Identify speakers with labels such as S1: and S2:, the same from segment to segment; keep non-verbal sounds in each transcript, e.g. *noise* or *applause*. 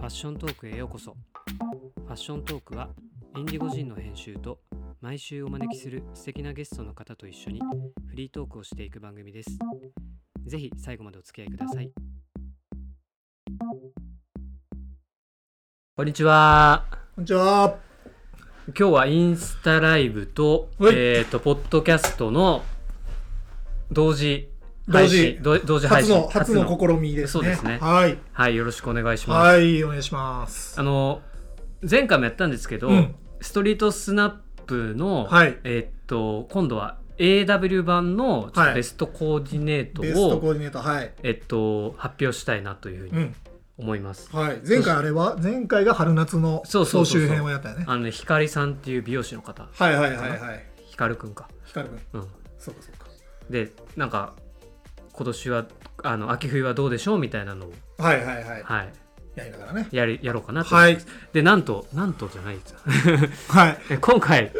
S1: ァッショントークへようこそファッショントークはインディゴ人の編集と毎週お招きする素敵なゲストの方と一緒にフリートークをしていく番組ですぜひ最後までお付き合いくださいこんにちは
S2: こんにちは。
S1: 今日はインスタライブと、
S2: はい
S1: えっ、と、ポッドキャストの同時配
S2: 同時
S1: 信、同同時配
S2: 初
S1: 信。
S2: の、初の試みです
S1: そ
S2: ね。
S1: うですね
S2: はい。
S1: はい、よろしくお願いします。
S2: はい、お願いします。
S1: あの、前回もやったんですけど、
S2: うん
S1: ストリートスナップの、
S2: はい
S1: えっ、と、今度は AW 版のちょっ
S2: は
S1: と
S2: い
S1: ベストコーディネート
S2: ベスト
S1: を、
S2: コーディネーター、はい。
S1: えっと、発表したいなというふう
S2: う
S1: に
S2: ん。
S1: 思います。
S2: はい。前回あれは前回が春夏の
S1: そう
S2: 総
S1: そうそうそう
S2: 集編をやったよね。
S1: あのね、ひかりさんっていう美容師の方、
S2: はいはいはいはい。
S1: ひかるくんか。
S2: 光くん。
S1: うん。
S2: そうかそうか。
S1: でなんか今年はあの秋冬はどうでしょうみたいなのを、
S2: はいはいはい。
S1: はい、
S2: やりながらね。
S1: やりやろうかなと、
S2: はい。
S1: でなんとなんとじゃないです
S2: はい。
S1: *laughs* 今回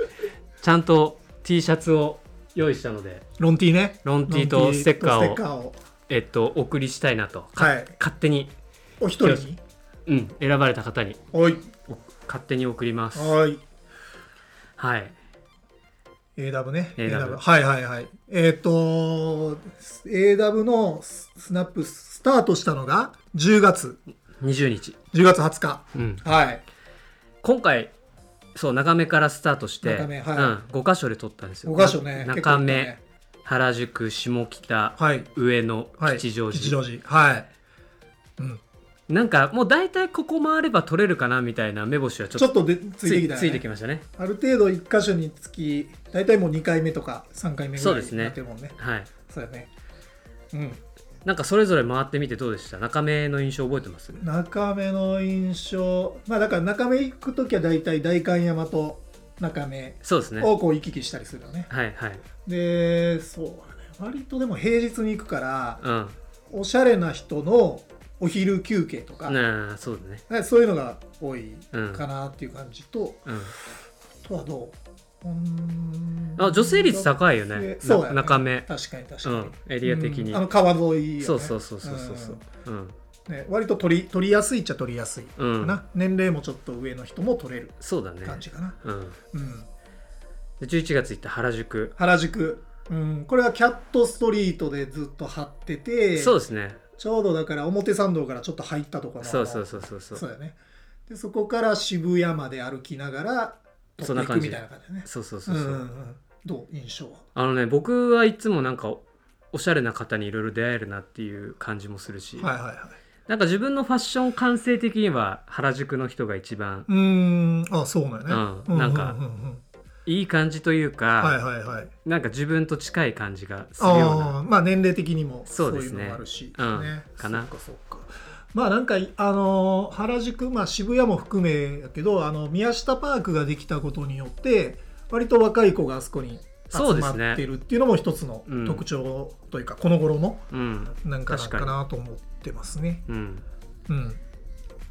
S1: ちゃんと T シャツを用意したので
S2: ロンティーね。
S1: ロン T とステッカ
S2: ロ
S1: ー
S2: ン
S1: を
S2: ティとステッカーを。
S1: えっと、お送りしたいなと、か
S2: はい。
S1: 勝手に、
S2: お一人に。
S1: うん、選ばれた方に
S2: おい。
S1: お勝手に送ります
S2: はい。
S1: はい、
S2: AW ね。
S1: AW
S2: はいはいはい。えっ、と、AW のススナップスタートしたのが10月、
S1: 20日、
S2: 10月20日。
S1: うん、
S2: はい。
S1: 今回そう長めからスタートして、
S2: 長めはい
S1: うん、5箇所で撮ったんですよ
S2: 5箇所ね。結
S1: 中
S2: 構行った
S1: 目、
S2: ね
S1: 原宿下北
S2: はい。
S1: 上野、
S2: はい。
S1: 吉祥寺、
S2: 吉祥寺。はい。うん。
S1: なんかもう大体ここ回れば取れるかなみたいな目星はちょっ
S2: ちょ
S1: と
S2: っとでついてきた、ね、
S1: ついてきましたね
S2: ある程度1箇所につき、大体もう2回目とか3回目ぐ
S1: そう
S2: ら
S1: で
S2: い
S1: す
S2: に
S1: ね
S2: なってるもんね。
S1: はい
S2: そうだね。うん。
S1: なんかそれぞれ回ってみてどうでした中目の印象覚えてます
S2: 中目の印象、まあだから中目行くときは大体代官山と中目
S1: そうですねは
S2: をこう行き来したりするよね。
S1: いはい
S2: でそうだね割とでも平日に行くから
S1: うん
S2: おしゃれな人のお昼休憩とか,、
S1: なあそうだね
S2: そういうのが多い
S1: うん
S2: かなっていう感じと、
S1: うん
S2: あとはどううーん
S1: あ女性率高いよね
S2: そうだ
S1: な
S2: ね
S1: 中目
S2: 確かに確か
S1: う
S2: に、
S1: んエリア的に
S2: うんあの川沿いよ、ね、
S1: そうそうそうそうそうそううん
S2: うん、ね、割と取り取りやすいっちゃ取りやすいか
S1: うん
S2: な、年齢もちょっと上の人も取れる
S1: そうだね
S2: 感じかな、
S1: うん
S2: うん、
S1: で11月行った原宿
S2: 原宿、うん、これはキャットストリートでずっと張ってて
S1: そうですね
S2: ちょうどだから表参道からちょっと入ったところ
S1: そうそうそうそうそう
S2: そうだねでそこから渋谷まで歩きながら
S1: そ
S2: 撮
S1: んな
S2: って
S1: い
S2: く
S1: 感
S2: み
S1: じ
S2: たいな感じだね
S1: そうそうそうそううん
S2: うんうんどう印象は
S1: あのね僕はいつもなんかおおしゃれな方にいろいろ出会えるなっていう感じもするし、
S2: はいはいはい
S1: なんか自分のファッション感性的には原宿の人が一番
S2: うーんあそうなんやね
S1: うんなんか
S2: うううんうん
S1: いい感じというか、
S2: はいはいはい
S1: なんか自分と近い感じがするよう
S2: あ
S1: な
S2: あまあ年齢的にも
S1: そ
S2: そうう
S1: で
S2: い
S1: す
S2: う
S1: ね
S2: のもあるし
S1: うん
S2: ね
S1: かな
S2: そっかそっかまあなんかあのー原宿まあ渋谷も含めやけどあの宮下パークができたことによって割と若い子があそこに集
S1: そうです
S2: ま
S1: ね
S2: ってるっていうのも一つの特徴というか、この頃の
S1: うん、
S2: なんかなん
S1: 確かに
S2: かなと思ってますね。
S1: うん、
S2: うん、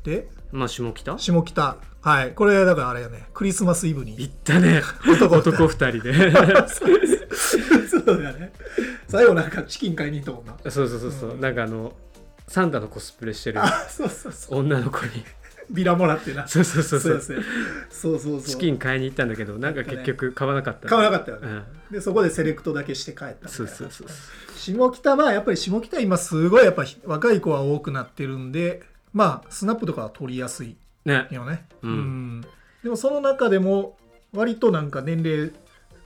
S2: で
S1: まあ下北
S2: 下北はいこれだからあれやねクリスマスイブに
S1: 行った
S2: *laughs*
S1: ね
S2: 男
S1: 男2人で
S2: そうだね最後なんかチキン買いに行ったもんな
S1: そうそうそうそう、
S2: うん
S1: なんかあのサンタのコスプレしてる
S2: あそうそうそう
S1: 女の子に *laughs*
S2: ビラもらってな
S1: そうそうそうそう
S2: そうやそうそうそう
S1: チキン買いに行ったんだけどなんか結局買わなかった、
S2: 買わなかったよね、
S1: うん、
S2: でそこでセレクトだけして帰ったみたいな
S1: そうそうそうそう
S2: 下北まあやっぱり下北今すごいやっぱ若い子は多くなってるんでまあスナップとかは取りやすい
S1: ね
S2: よね、
S1: うん
S2: うんでもその中でも割となんか年齢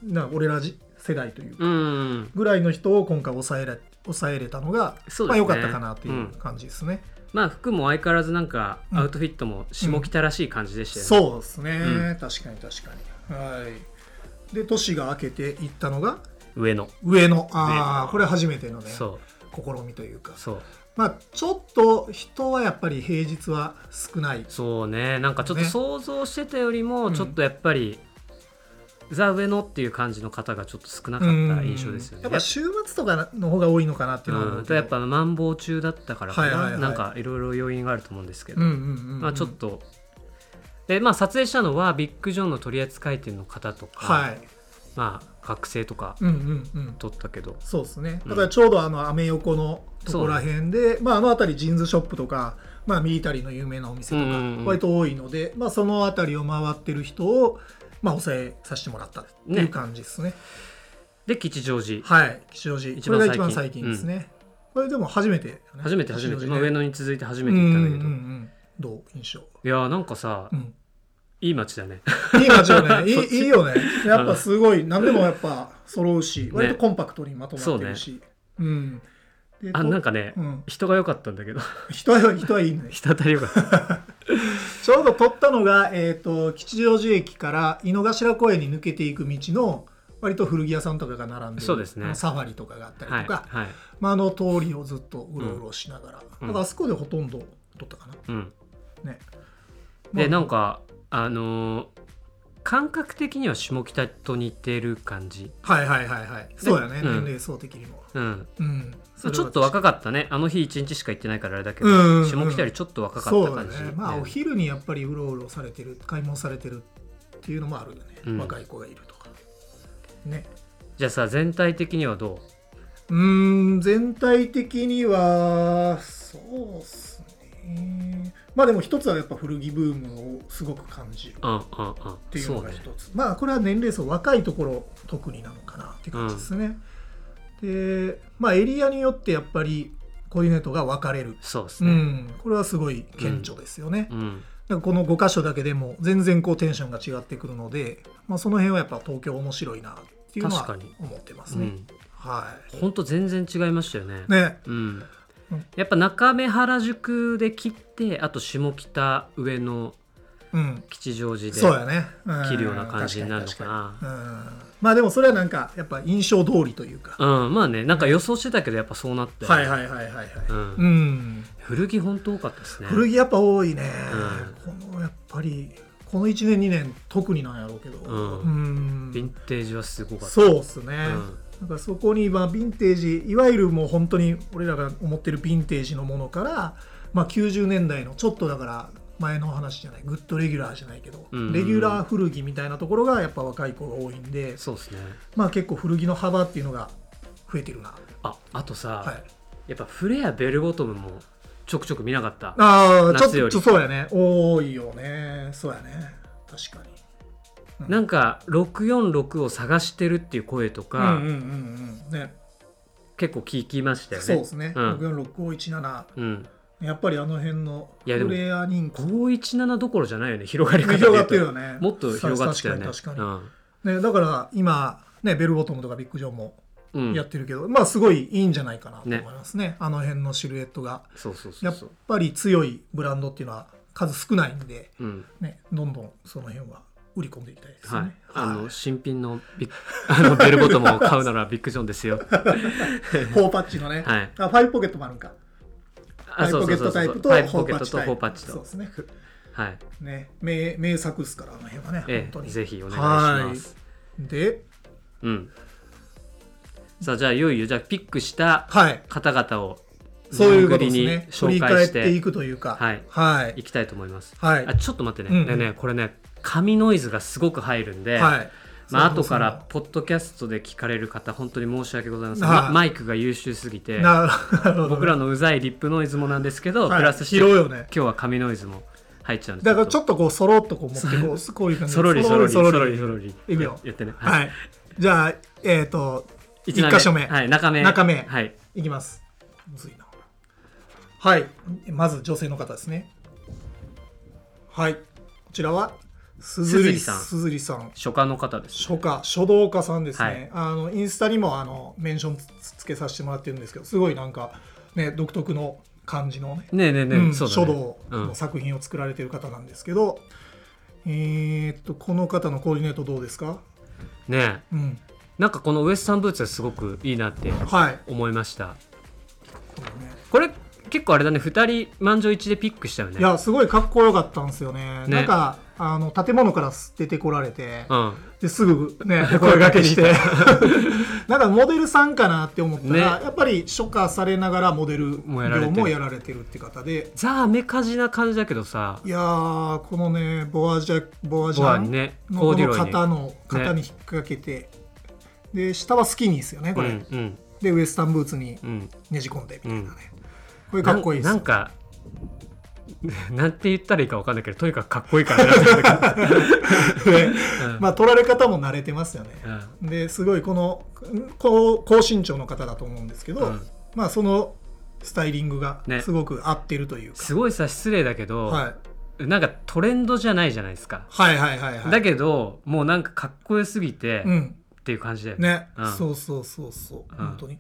S2: な俺らじ世代というか
S1: うん
S2: ぐらいの人を今回抑えれ抑えれたのが、
S1: そうで
S2: ますあ
S1: ね
S2: 良かったかなというんう感じですね、
S1: まあ服も相変わらずなんか
S2: うん
S1: アウトフィットも下北らしい感じでしたよね、
S2: そうですね、
S1: う
S2: 確かに確かにはいで年が明けていったのが
S1: 上野
S2: 上野あ
S1: 上
S2: あ
S1: 野
S2: これ初めてのね
S1: そ
S2: 試みというか
S1: うそう
S2: まあちょっと人はやっぱり平日は少ない
S1: そうねなんかちょっと
S2: ね
S1: 想像してたよりも
S2: うん
S1: ちょっとやっぱり、ザ・上野っていう感じの方がちょっと少なかった印象ですよね
S2: うんやっぱ週末とかの方が多いのかなっていうのは思
S1: う、
S2: うんけど
S1: やっぱマンボウ中だったからかな、
S2: はいはいはい
S1: なんかいろいろ要因があると思うんですけど、
S2: うんうんうんうん
S1: まあちょっとでまあ撮影したのはビッグ・ジョンの取扱店の方とか、
S2: はい
S1: まあ学生とか
S2: うんうんうん
S1: 撮ったけど
S2: そうですね
S1: うん
S2: だからちょうどあのアメ横のとこら辺で、まあ、あの辺りジーンズショップとか、まあ、ミリタリーの有名なお店と
S1: うん
S2: か
S1: うんうん
S2: 割と多いので、まあ、その辺りを回ってる人を、まあ、抑えさせてもらったっていう感じですね
S1: で吉祥寺
S2: はい吉祥寺
S1: 一
S2: これ
S1: 番
S2: が
S1: 最近
S2: 一番最近ですね、これでも初めてだよね、
S1: 初めて初めて、
S2: 吉祥
S1: まあ、
S2: 寺
S1: 上
S2: ね
S1: 野に続いて初めて行ったんだけど、
S2: うんうんうんどう印象、
S1: いやーなんかさ
S2: うん、
S1: いい街だね
S2: いい街よ *laughs* ねい
S1: そっち
S2: いいいよねやっぱすごい何でもやっぱ揃うし、割とコンパクトにまとまってるしうんで
S1: あ
S2: と
S1: なんかね、
S2: うん、
S1: 人が良かったんだけど *laughs*
S2: 人は人はいいね
S1: 人当たり良かった
S2: *laughs* ちょうど撮ったのが、えー、と吉祥寺駅から井の頭公園に抜けていく道の割と古着屋さんとかが並んでる
S1: そうですね
S2: あのサファリとかがあったり
S1: はい
S2: とか、
S1: はい
S2: まあ、あの通りをずっとうろうろしながら、
S1: うん
S2: だからあそこでほとんど撮ったかな。
S1: うん
S2: ね、
S1: で
S2: ま
S1: な
S2: あ
S1: んかあのー感覚的には下北と似てる感じ
S2: はいはいはいはいそうやね、
S1: うん
S2: 年齢層的にも、
S1: うん
S2: うん、
S1: ちょっと
S2: 若
S1: 若かったねあの日一日しか行ってないからあれだけ
S2: うんうん
S1: ど
S2: うん
S1: 下北よりちょっと若かっ
S2: そう
S1: た
S2: だ
S1: 感じ
S2: ねまあ
S1: ね
S2: お昼にやっぱりうろうろされてる買い物されてるっていうのもあるよね、
S1: うん
S2: 若い子がいるとかね
S1: じゃあさ全体的にはど
S2: うーん全体的にはそうっすねまあでも一つはやっぱ古着ブームをすごく感じるっ
S1: ううんうん
S2: て
S1: うん
S2: いう
S1: そ
S2: の
S1: う
S2: が
S1: ね
S2: 一つ、まあこれは年齢層若いところ特になのかなって感じですね、でまあエリアによってやっぱりコーディネートが分かれる、
S1: そうです
S2: う
S1: ね
S2: ん、これはすごい顕著ですよね、
S1: うん
S2: なんかこの5箇所だけでも全然こうテンションが違ってくるので、まあ、その辺はやっぱ東京面白いなっていうの
S1: 確
S2: は
S1: かに
S2: 思ってます
S1: う
S2: ね、
S1: ん
S2: は
S1: ほんと全然違いましたよね
S2: いね
S1: うん
S2: うん
S1: やっぱ中目原宿で切ってあと下北上野
S2: うん
S1: 吉祥寺で
S2: そうやね、うん
S1: 切るような感じになるのかな
S2: 確に確かにうんまあでもそれはなんかやっぱ印象通りというか、
S1: うんまあねなんか予想してたけどやっぱそうなって
S2: はいはいはいはいはい、
S1: うん
S2: うん、
S1: 古着本当多かったですね
S2: 古着やっぱ多いね、このやっぱりこの1年2年特になんやろうけど
S1: うん
S2: うん
S1: ヴィンテージはすごかった
S2: そうっすね、
S1: うん
S2: なんかそこにまあヴィンテージいわゆるもう本当に俺らが思ってるヴィンテージのものから、まあ、90年代のちょっとだから前の話じゃないグッドレギュラーじゃないけど、
S1: うんうん
S2: レギュラー古着みたいなところがやっぱ若い子が多いんで、
S1: そうですね
S2: まあ、結構古着の幅っていうのが増えてるな、
S1: ああとさ、
S2: はい、
S1: やっぱフレアベルボトムもちょくちょく見なかった
S2: ああちょっ
S1: 夏よ
S2: と
S1: り
S2: ちょそうやね多いよねそうやね確かにうん
S1: なんか646を探してるっていう声と
S2: う
S1: か、
S2: んうんうんうんね
S1: 結構聞きましたよね
S2: そうですね、
S1: うん
S2: 64657
S1: うん、
S2: やっぱりあの辺の
S1: いやで
S2: フ
S1: も
S2: レア人気
S1: 517どころじゃないよね広がり方で言うと
S2: 広がってるよね
S1: もっと広がってたよね
S2: 確かに確かに、ねだから今ねベルボトムとかビッグジョンも
S1: うん、うん
S2: やってるけど、まあすごいいいんじゃないかなと思いますねあの辺のシルエットが
S1: そうそうそ
S2: や
S1: う
S2: っ
S1: そう
S2: ぱり強いブランドっていうのは数少ないんで、
S1: うん
S2: ね、どんどんその辺は売り込んでいきたいです
S1: は
S2: よ
S1: い、
S2: ね、
S1: あ
S2: はい
S1: の新品のビッ *laughs* あのベルボトムを買うならビッグジョンです
S2: *laughs*
S1: よ。 *laughs*
S2: フォーパッチのね、
S1: はい
S2: あファイブポケットもあるんかフ
S1: あ
S2: ァイブポケットタイプとフ
S1: ファイ
S2: ォ
S1: ブポケ
S2: ー
S1: ッ
S2: パッ
S1: ト
S2: チ
S1: と
S2: タイ
S1: フォ
S2: プ
S1: ーパッチ
S2: そう
S1: と
S2: で。すね
S1: はい。
S2: ね名名作っすからあの辺はね、
S1: え
S2: 本当
S1: え、
S2: に
S1: ぜひお願いします。
S2: で
S1: うん。さあじゃあいよいよじゃあピックした
S2: はい
S1: 方々を
S2: そういうことです
S1: 順
S2: ね。振
S1: 繰りに
S2: り
S1: 紹介
S2: 返っ
S1: して
S2: ていくというか。
S1: はい
S2: はいい。
S1: きたいと思います。
S2: はい。
S1: あちょっと待って
S2: うんう
S1: ね。
S2: ん
S1: でねこれね紙ノイズがすごく入るんで。
S2: はい
S1: まあ
S2: そう
S1: 後
S2: そう
S1: からポッドキャストで聞かれる方本当に申し訳ございません、
S2: はい
S1: まマイクが優秀すぎて
S2: な *laughs* なるほど。
S1: 僕らのうざいリップノイズもなんですけど、
S2: はい
S1: プラスして
S2: 拾うよね。
S1: 今日は紙ノイズも入っちゃうんです
S2: だからち
S1: っ
S2: ょっとこうそろっとこう持ってこうこういう感じ
S1: *laughs* そ
S2: で。
S1: ろりそろりそろ
S2: そろ
S1: りそろ
S2: り
S1: りそろり
S2: いくよ
S1: やってねい
S2: はい。じゃあえっと
S1: 一
S2: 一箇所目
S1: はい中目
S2: 中目
S1: はい
S2: いきます。むずいな。はい。まず女性の方ですね。はい。こちらは鈴
S1: 鈴
S2: 木
S1: 木さん
S2: 鈴木さん。
S1: 書家の方です
S2: 書家書道家さんですね、
S1: はい
S2: あのインスタにもあのメンションつつけさせてもらってるんですけどすごいなんか、ね、独特の感じのね
S1: ねえねえねえ、
S2: うん
S1: そうだね
S2: 書道
S1: うん
S2: の作品を作られてる方なんですけど、えーっとこの方のコーディネートどうですか、
S1: ねえ
S2: うん、
S1: なんかこのウエスタンブーツはすごくいいなって
S2: はい
S1: 思いました
S2: これね
S1: これ結構あれだね二人満場一致でピックしたよね
S2: いやすごいかっこよかったんですよね
S1: ね
S2: なんかあの建物から出てこられて、
S1: うん
S2: ですぐ
S1: *laughs*
S2: ねお声掛けして *laughs* なんかモデルさんかなって思ったら、
S1: ね
S2: やっぱり初夏されながらモデル
S1: もうやられ
S2: 業
S1: てる
S2: もやられてるって方で
S1: ザ・アメカジな感じだけどさ
S2: いやーこのねボアジャボアジ
S1: ボ
S2: ャ
S1: ア
S2: ン
S1: にね
S2: の
S1: コ
S2: こ
S1: ーディ
S2: の
S1: ロイに
S2: 肩の肩に引っ掛けて、で下はスキニーですよねこれ、
S1: うんうん
S2: でウエスタンブーツに
S1: うん
S2: ねじ込んでみたいなね、こ
S1: う
S2: れ
S1: ん
S2: かっこいいで
S1: な
S2: す
S1: なんか *laughs* なんて言ったらいいかわかんないけどとにかくかっこいいからな
S2: *laughs*
S1: うん
S2: まあ取られ方も慣れてますよね
S1: うん
S2: ですごいこの高高身長の方だと思うんですけど、
S1: うん
S2: まあそのスタイリングが
S1: ね
S2: すごく合ってるというか、
S1: すごいさ失礼だけど、
S2: はい、
S1: なんかトレンドじゃないじゃないですか、
S2: はいはいはいはい
S1: だけどもうなんかかっこよすぎて、っ
S2: うん
S1: ていう感じだよね
S2: ね、
S1: うん
S2: そうそうそうそう、
S1: ん
S2: 本当に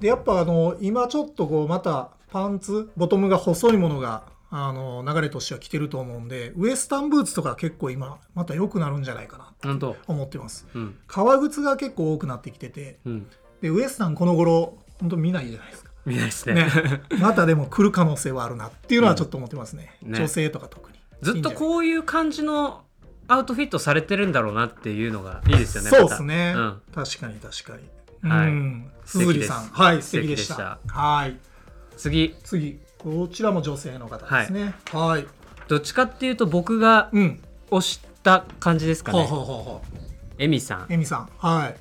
S2: でやっぱあの今ちょっとこうまたパンツボトムが細いものがあの流れとしては来てると思うんでウエスタンブーツとか結構今また良くなるんじゃないかな
S1: 本当
S2: と思ってます
S1: うん
S2: 革靴が結構多くなってきてて
S1: うん
S2: でウエスタンこの頃本当見ないじゃないですか
S1: 見ないですね
S2: ねまたでも来る可能性はあるなっていうのはちょっと思ってますね,、
S1: うんね
S2: 女性とか特に
S1: *laughs* ずっとこういう感じのアウトフィットされてるんだろうなっていうのがいいですよね
S2: そうですね、
S1: また
S2: 確かに確かに
S1: はい
S2: うん
S1: 素
S2: 鈴
S1: 敵
S2: 木
S1: です
S2: さんはい素
S1: 素敵
S2: 敵で
S1: で
S2: し
S1: した
S2: たはい
S1: うん、次
S2: 次こちらも女性の方ですねはい
S1: どっちかっていうと僕が
S2: うん
S1: 推した感じですか
S2: ほう
S1: ね
S2: ほうほうほ
S1: エミさん
S2: うエミさんはい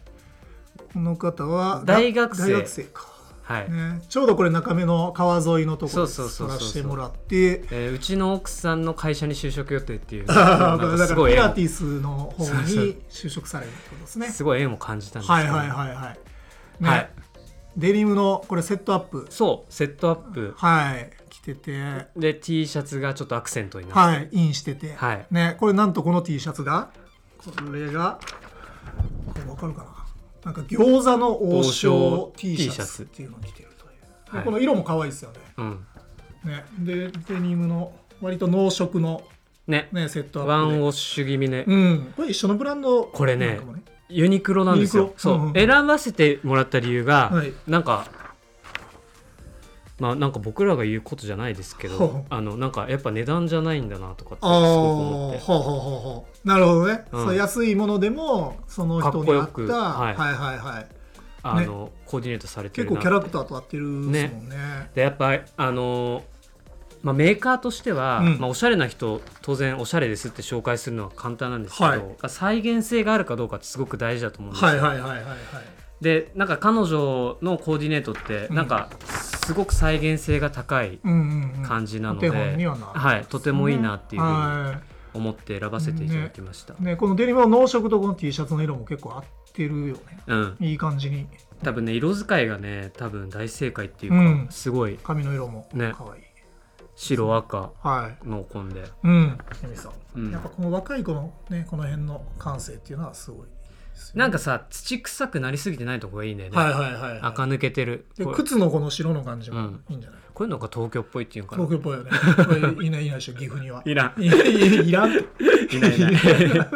S2: この方は
S1: 大学生
S2: 大学生か、
S1: はい、
S2: ね、ちょうどこれ中目の川沿いのところで
S1: そうそう
S2: 撮
S1: そうそう
S2: らせてもらって
S1: えーうちの奥さんの会社に就職予定っていうな
S2: *laughs* あ
S1: ん
S2: ー
S1: か
S2: だ
S1: す
S2: から
S1: ごい
S2: ピ
S1: 縁
S2: ラ
S1: を
S2: ティスの方
S1: そうそう
S2: に就職されるってことですね
S1: すごい縁を感じたんですけど
S2: はいはいはいはい、ね
S1: はい
S2: デニムのこれセットアップ
S1: そうセットアップ
S2: はい着てて
S1: で T シャツがちょっとアクセントになって
S2: はいインしてて、
S1: はい
S2: ねこれなんとこの T シャツがこれがこれわかるかななんか餃子の王将
S1: 王将
S2: T シ
S1: T シ
S2: ャ
S1: ャ
S2: ツ
S1: ツ
S2: っていうのを着てるという、で
S1: はい
S2: この色も可愛いですよね
S1: うん
S2: ねでデニムの割と濃色の、
S1: ね
S2: ね、セット
S1: ワ
S2: アップで
S1: ンウォッシュ気味ね、
S2: うん、これ一緒のブランド
S1: これね
S2: なんかもね
S1: ユニクロなんです
S2: ユニ
S1: よ
S2: クロ
S1: そう、
S2: うんうん
S1: 選ばせてもらった理由が、
S2: はい
S1: なんかまあなんか僕らが言うことじゃないですけ
S2: ほう
S1: ど
S2: ほう
S1: あのなんかやっぱ値段じゃないんだなとかってす
S2: ああ
S1: ごく
S2: ほ
S1: 思
S2: う
S1: って
S2: ほうほうほうなるほどね、
S1: うん
S2: そう安いものでもその人に合
S1: か
S2: った
S1: っこよくはい
S2: はいはいはい
S1: あの、コーディネートされて
S2: 結
S1: るな
S2: 構キャラクターと合ってるですもんね
S1: でやっぱあのーまあ、メーカーとしては、
S2: うん
S1: まあ、おしゃれな人当然おしゃれですって紹介するのは簡単なんですけど、
S2: はい
S1: 再現性があるかどうかってすごく大事だと思うんですよ、
S2: はいはいはいはいはい
S1: でなんか彼女のコーディネートって
S2: うん
S1: なんかすごく再現性が高い
S2: うんうんうん
S1: 感じなの
S2: お
S1: で、
S2: 手本にはなる
S1: はい、とてもいいなっていうふうに
S2: は
S1: 思って選ばせていただきました、
S2: いねこのデニムの濃色とこの T シャツの色も結構合ってるよね
S1: うん、
S2: いい感じに
S1: 多分ね色使いがね多分大正解っていうか、
S2: うん
S1: すごい
S2: 髪の色も可愛い
S1: ね白赤
S2: はい
S1: 濃紺で、
S2: うんエミさん、
S1: うん
S2: やっぱこの若い子のねこの辺の感性っていうのはすごいですよね
S1: なんかさ土臭くなりすぎてないとこがいいんだよね、
S2: はいはいはい、はい
S1: 垢抜けてる
S2: で
S1: こう
S2: 靴のこの白の感じ
S1: う
S2: も
S1: ん
S2: いいんじゃない、
S1: こういうのが東京っぽいっていうのかな
S2: 東京っぽいよね。これいないいないでしょ、岐阜には。
S1: いらん
S2: いやいやいらん。
S1: いないいない *laughs*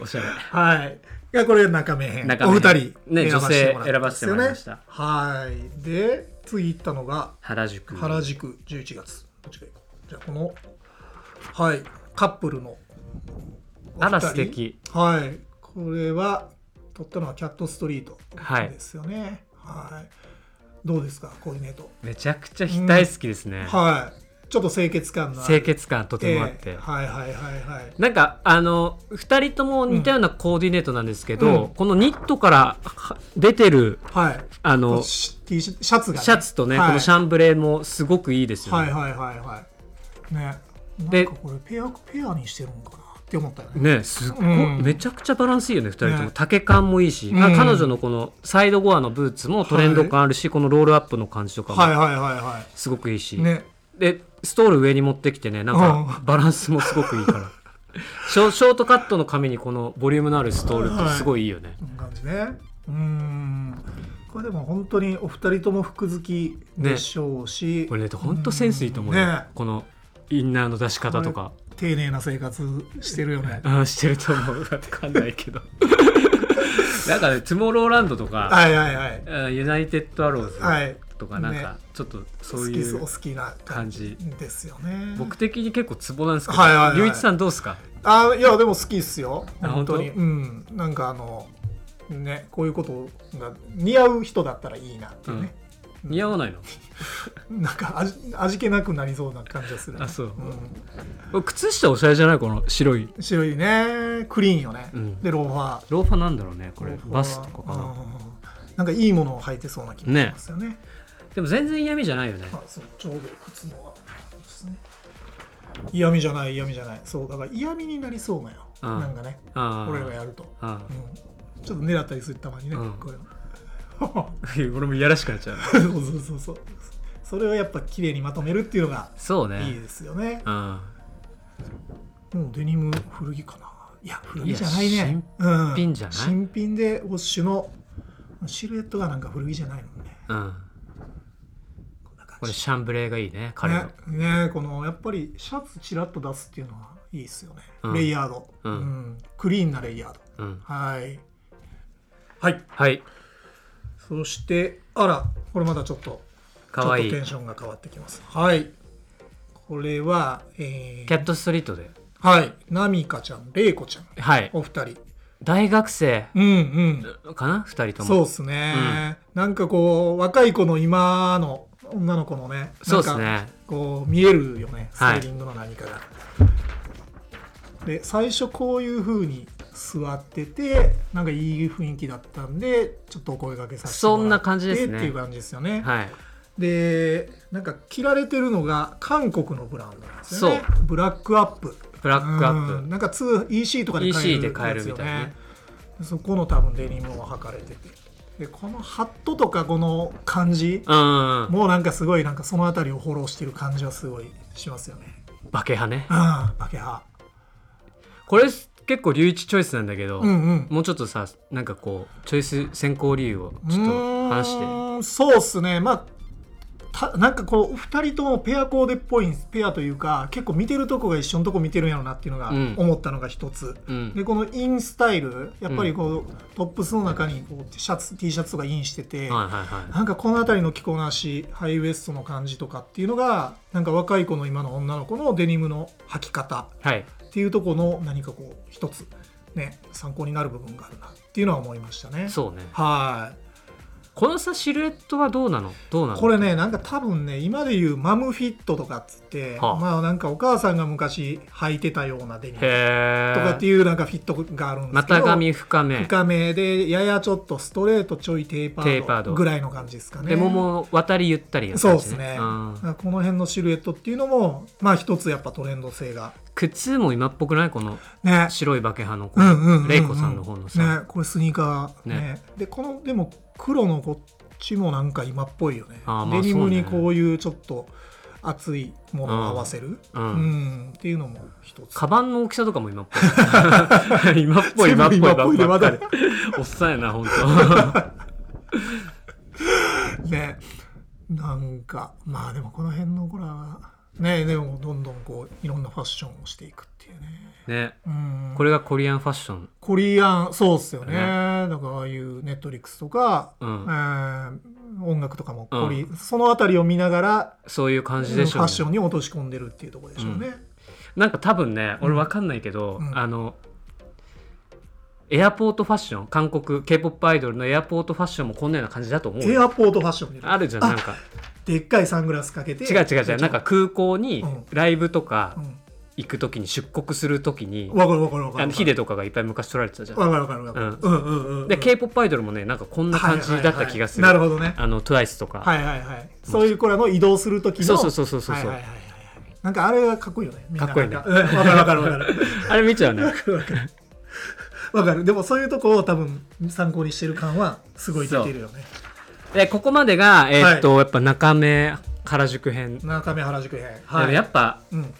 S1: おしゃれ
S2: はい。がこれ中目編。
S1: 中
S2: お
S1: 目
S2: 二
S1: 編
S2: 人
S1: ね
S2: 選ばせてもらったんですよ
S1: 女性選ばせてもらいました
S2: ね。はい。で次行ったのが
S1: 原宿
S2: 原宿11月。どっちがいいかじゃあこのはいカップルのお二人
S1: あら素敵。
S2: はい。これは撮ったのはキャットストリート
S1: はい
S2: ですよね。はい。どうですかコーディネート。
S1: めちゃくちゃ額大好きですね、
S2: はい。ちょっと清潔感のある
S1: 清潔感とてもあって、
S2: ええはいはいはいはい。
S1: なんかあの2人とも似たようなコーディネートなんですけど、
S2: うん
S1: このニットからは出てる
S2: はい。
S1: あ
S2: こう
S1: のシ
S2: シ T シャツがね、
S1: ャツとね、
S2: はい
S1: このシャンブレーもすごくいいですよ
S2: は
S1: ね,、
S2: いはいはいはい。ね。
S1: で
S2: なんかこれペアペアにしてるのかなって思ったよね。
S1: ねすっごい、
S2: うん
S1: めちゃくちゃバランスいいよね2人とも、
S2: ね
S1: 丈感もいいし、
S2: ん
S1: 彼女のこのサイドゴアのブーツもトレンド感あるし、このロールアップの感じとか
S2: はい
S1: も
S2: はいはいは
S1: すごくいいし、
S2: い。ね。
S1: でストール上に持ってきてねなんかバランスもすごくいいから
S2: *laughs*
S1: ショショートカットの髪にこのボリュームのあるストールってすごいいいよね、
S2: こんな感じね。うーん。これでも本当にお二人とも服好きでしょうし、
S1: これねほんとセンスいいと思うよ、
S2: うんね
S1: このインナーの出し方とか、
S2: 丁寧な生活してるよね。
S1: あーしてると思うわかんないけ
S2: *laughs*
S1: どなんかねトゥモローランドとか、
S2: はいはいはい。
S1: あーユナイテッドアローズ
S2: はい。
S1: とかなん
S2: ね
S1: かちょっとそ
S2: 好
S1: う
S2: き
S1: い
S2: そ
S1: う
S2: う好きな
S1: 感じ
S2: ですよね。
S1: 僕的に結構ツボなんですけど
S2: はいはいはい
S1: 龍一さんどうですか
S2: あいやでも好きっすよ
S1: あ
S2: 本当に
S1: 本
S2: うんなんかあのねこういうことが似合う人だったらいいなっていうね、
S1: 似合わないの
S2: なんか味味気なくなりそうな感じがする、
S1: あそう
S2: うん
S1: 靴下おしゃれじゃないこの白い
S2: 白いねクリーンよね、
S1: うん
S2: でローファー
S1: ローファーなんだろうねこれ
S2: ローファー
S1: バスとかか
S2: うん
S1: な
S2: なんかいいものを履いてそうな気もしますよね
S1: でも全然嫌味じゃないよね
S2: あそうちょうど靴のですね嫌味じゃない嫌味じゃないそうだから嫌味になりそうなよ
S1: ああ
S2: なんかね
S1: あ
S2: 俺らがやると、
S1: ああ
S2: うん、ちょっと狙ったりするたまにね、
S1: うん
S2: これは
S1: あ俺もいやらしくなっちゃう
S2: *laughs* そうそうそうそうそれをやっぱ綺麗にまとめるっていうのが
S1: そうね
S2: いいですよね
S1: うん
S2: もうデニム古着かないや古着じゃない
S1: いや
S2: ね新
S1: 品じゃない
S2: 新品でウォッシュのシルエットがなんか古着じゃないもんね
S1: うん
S2: こんな感
S1: これ
S2: じ
S1: シャンブレーがいいね彼の
S2: ねねこのやっぱりシャツちらっと出すっていうのはいいですよね、
S1: うん
S2: レイヤード、
S1: うん
S2: クリーンなレイヤード
S1: うん
S2: はいはい
S1: はい
S2: そしてあらこれまたちょっと
S1: かわい
S2: ちょっとテ
S1: い
S2: ンションが変わってきますはいこれはえー
S1: キャットストリートで
S2: はいナミカちゃんレイコちゃん
S1: はい
S2: お二人
S1: 大学生
S2: うんうん
S1: かな二人とも
S2: そうですね、なんかこう若い子の今の女の子のね
S1: そうっす
S2: なんか
S1: ね
S2: こう見えるよねス
S1: はい
S2: タイリングの何かが、で最初こういう風に座っててなんかいい雰囲気だったんでちょっとお声掛けさせてもらって
S1: そんな感じですね
S2: っていう感じですよね、
S1: はい
S2: でなんか着られてるのが韓国のブランドなんですよねブラックアップ
S1: ブラックア
S2: う
S1: ッ
S2: ん
S1: プ
S2: なんか通 EC とかで買え
S1: EC
S2: る
S1: で買える
S2: やつよ
S1: みたいなね
S2: そこの多分デニムを履かれててでこのハットとかこの感じ
S1: うんうん
S2: もうなんかすごいなんかその辺りをフォローしてる感じはすごいしますよね
S1: バケ派ね
S2: ああバケハ
S1: これ結構龍一チョイスなんだけど
S2: うんうん
S1: もうちょっとさなんかこうチョイス選考理由をちょっと話して
S2: うーんそうっすねまあたなんかこう2人ともペアコーデっぽいんですペアというか結構見てるとこが一緒のとこ見てるんやろなっていうのが
S1: うん
S2: 思ったのが一つ、
S1: うん
S2: でこのインスタイルやっぱりこう、トップスの中にこうシャツ T シャツとかインしてて、
S1: はいはいは
S2: なんかこの辺りの着こなしハイウエストの感じとかっていうのがなんか若い子の今の女の子のデニムの履き方
S1: いはい
S2: っていうところの何かこう一つね参考になる部分があるなっていうのは思いましたね。
S1: そうね
S2: はい
S1: このさシルエットはどうなのどうなの
S2: これねなんか多分ね今で言うマムフィットとかっつって、
S1: はあ
S2: まあなんかお母さんが昔履いてたようなデニムと
S1: へ
S2: かって
S1: え
S2: いうなんかフィットがあるんですけど
S1: 股上深め
S2: 深めでややちょっとストレートちょいテーパ
S1: テーパー
S2: ー
S1: ド
S2: ドぐらいの感じですかね
S1: でももう渡りゆったりやった
S2: そう
S1: 感
S2: で
S1: じ
S2: すね、
S1: うん
S2: だからこの辺のシルエットっていうのもまあ一つやっぱトレンド性が
S1: 靴も今っぽくないこの
S2: ね
S1: 白いバケハの子
S2: うんうんうんうん
S1: レイコさんの方のさ、
S2: ねこれスニーカーね
S1: ね
S2: でこのでも黒のこっちもなんか今っぽいよね
S1: あーまあ
S2: デニムに
S1: そうね
S2: こういうちょっと厚いものを合わせる、
S1: う
S2: うん
S1: ん
S2: っていうのも一つ
S1: カバンの大きさとかも今っぽ
S2: *laughs*
S1: い今っぽい
S2: 全部
S1: 今っぽい
S2: 今っぽいで
S1: ばっかり
S2: ま
S1: おっさんやな本当
S2: ねなんかまあでもこの辺の子らはねでもどんどんこういろんなファッションをしていくっていうね
S1: *laughs* ね
S2: うん
S1: これがコリアンファッション
S2: コリアンそうっすよね
S1: ね
S2: だからああいうネットリックスとか、
S1: うん
S2: えー音楽とかもコリ、
S1: う
S2: その辺りを見ながら
S1: そういう感じでし
S2: フ
S1: ょ
S2: ァ
S1: う
S2: ッショ
S1: ね
S2: ンに落とし込んでるっていうところでしょうね、
S1: なんか多分ね俺わかんないけど、
S2: うん
S1: あのエアポートファッション韓国 k p o p アイドルのエアポートファッションもこんなような感じだと思う
S2: エ
S1: よ
S2: アポートファッションみたいな
S1: あるじゃんなんか
S2: でっかいサングラスかけて
S1: 違う違う違うなんか、空港に
S2: うん
S1: ライブとか
S2: う
S1: 行く時に出国する時に、
S2: ん、わかるわかるわか
S1: あ
S2: る
S1: のヒデとかがいっぱい昔撮られてたじゃん
S2: わかるわかるわかる、うん、うんうんうん
S1: で k p o p アイドルもねなんかこんな感じだった気がする、
S2: はいはいはいなるほどね
S1: あの TWICE とか、
S2: はいはいはいそういう子らの移動する時の
S1: そうそうそうそうそう、
S2: はいはいはいはいなんかあれがかっこいいよねみんな
S1: かっこいいね
S2: なんうんわかるわかるわかる
S1: あれ見ちゃうね
S2: わかるわかる。わかる。でもそういうとこを多分参考にしてる感はすごい出てるよね。
S1: でここまでがえーっと、やっぱ中目原宿編、
S2: 中目原宿編。
S1: でもやっぱ
S2: うん。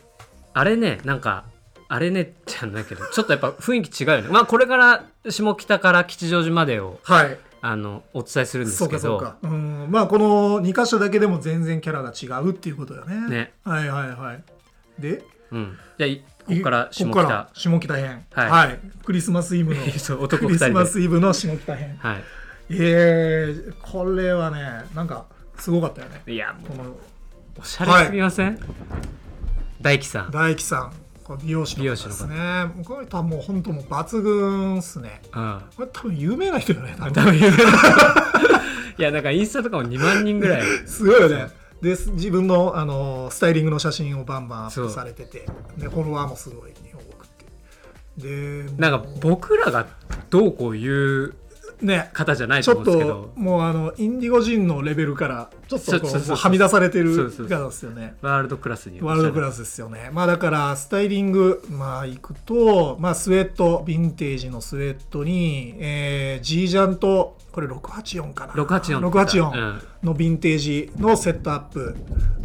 S1: あれねなんかあれねじゃないけどちょっとやっぱ雰囲気違うよねまあこれから下北から吉祥寺までを
S2: はい。
S1: あのお伝えするんです
S2: そう
S1: け
S2: かそう
S1: ど
S2: か。うん。まあこの2箇所だけでも全然キャラが違うっていうことよね。
S1: ね。
S2: はいはいはい。で、
S1: うんじゃあいここから下
S2: ここか
S1: 北
S2: ら下北編。
S1: はい
S2: クリスマスイブの。
S1: *laughs* そう
S2: ク
S1: 男二
S2: リ
S1: 人
S2: ス
S1: で
S2: マスイブの下北編。
S1: は
S2: えー、これはね、なんかすごかったよね。
S1: いいやも
S2: この
S1: うおしゃれすぎません、大樹
S2: *laughs*
S1: さん
S2: 大樹さん、これ美容師の方です
S1: 美
S2: ね。もうこの人はもう本当もう抜群っすね。
S1: うん
S2: これ多分有名な人よね
S1: 多
S2: 多分
S1: 分有名な人 *laughs* いいやだからインスタとかも2万人ぐらい
S2: すごいよねで自分のあのスタイリングの写真をバンバンアップされててでフォロワーもすごい多くてでもう
S1: なんか僕らがどうこういう
S2: ね
S1: 方じゃない
S2: ち
S1: と
S2: ょ
S1: 思
S2: っ
S1: うんですけ
S2: と
S1: ど
S2: もうあのインディゴ人のレベルからちょっと
S1: そう
S2: こう
S1: そうそう
S2: もうはみ出されて
S1: そ
S2: る
S1: うそうそう
S2: 方ですよね
S1: ワールドクラスに
S2: ワールドク
S1: ス
S2: ラスですよねまあだからスタイリングまあいくとまあスウェットヴィンテージのスウェットに、えー、G ジャンとこれ684かな
S1: 684
S2: 684
S1: うん
S2: のヴィンテージのセットアップ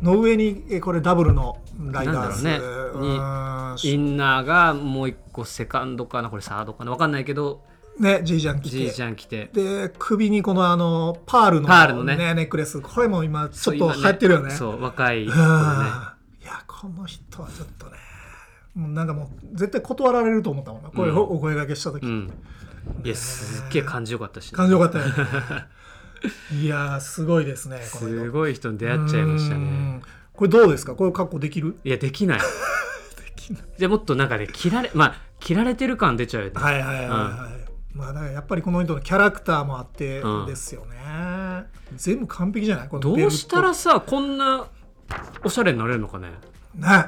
S2: の上にえーこれダブルのライダース
S1: なんだろうねに
S2: うーん
S1: インナーがもう一個セカンドかなこれサードかなわかんないけど
S2: ね G ジャン着
S1: じい
S2: て
S1: ちゃん来て
S2: で首にこのあのパールの,、
S1: パールのね
S2: ネックレスこれも今ちょ
S1: そう
S2: っ
S1: 今
S2: と
S1: ね
S2: 流行ってるよね
S1: そう若い
S2: う
S1: 子
S2: んい
S1: でね
S2: やこの人はちょっとねもうなんかもう絶対断られると思ったもんなこれ
S1: うん
S2: をお声掛けした時、
S1: うんいやすっげえ感じよかったしね
S2: 感じよかったよ
S1: *laughs*
S2: ねいやーすごいですねこの
S1: すごい人に出会っちゃいましたね
S2: これどうですかこれ確保 *laughs* できる
S1: いやできない
S2: できない
S1: じゃあもっとなんかね切られまあ切られてる感出ちゃうよね
S2: はいはいはいはい、まあだからやっぱりこの人のキャラクターもあって
S1: うん
S2: ですよね、全部完璧じゃないこの
S1: ど
S2: ベル
S1: う
S2: ト
S1: したらさこんなおしゃれになれるのかね
S2: ね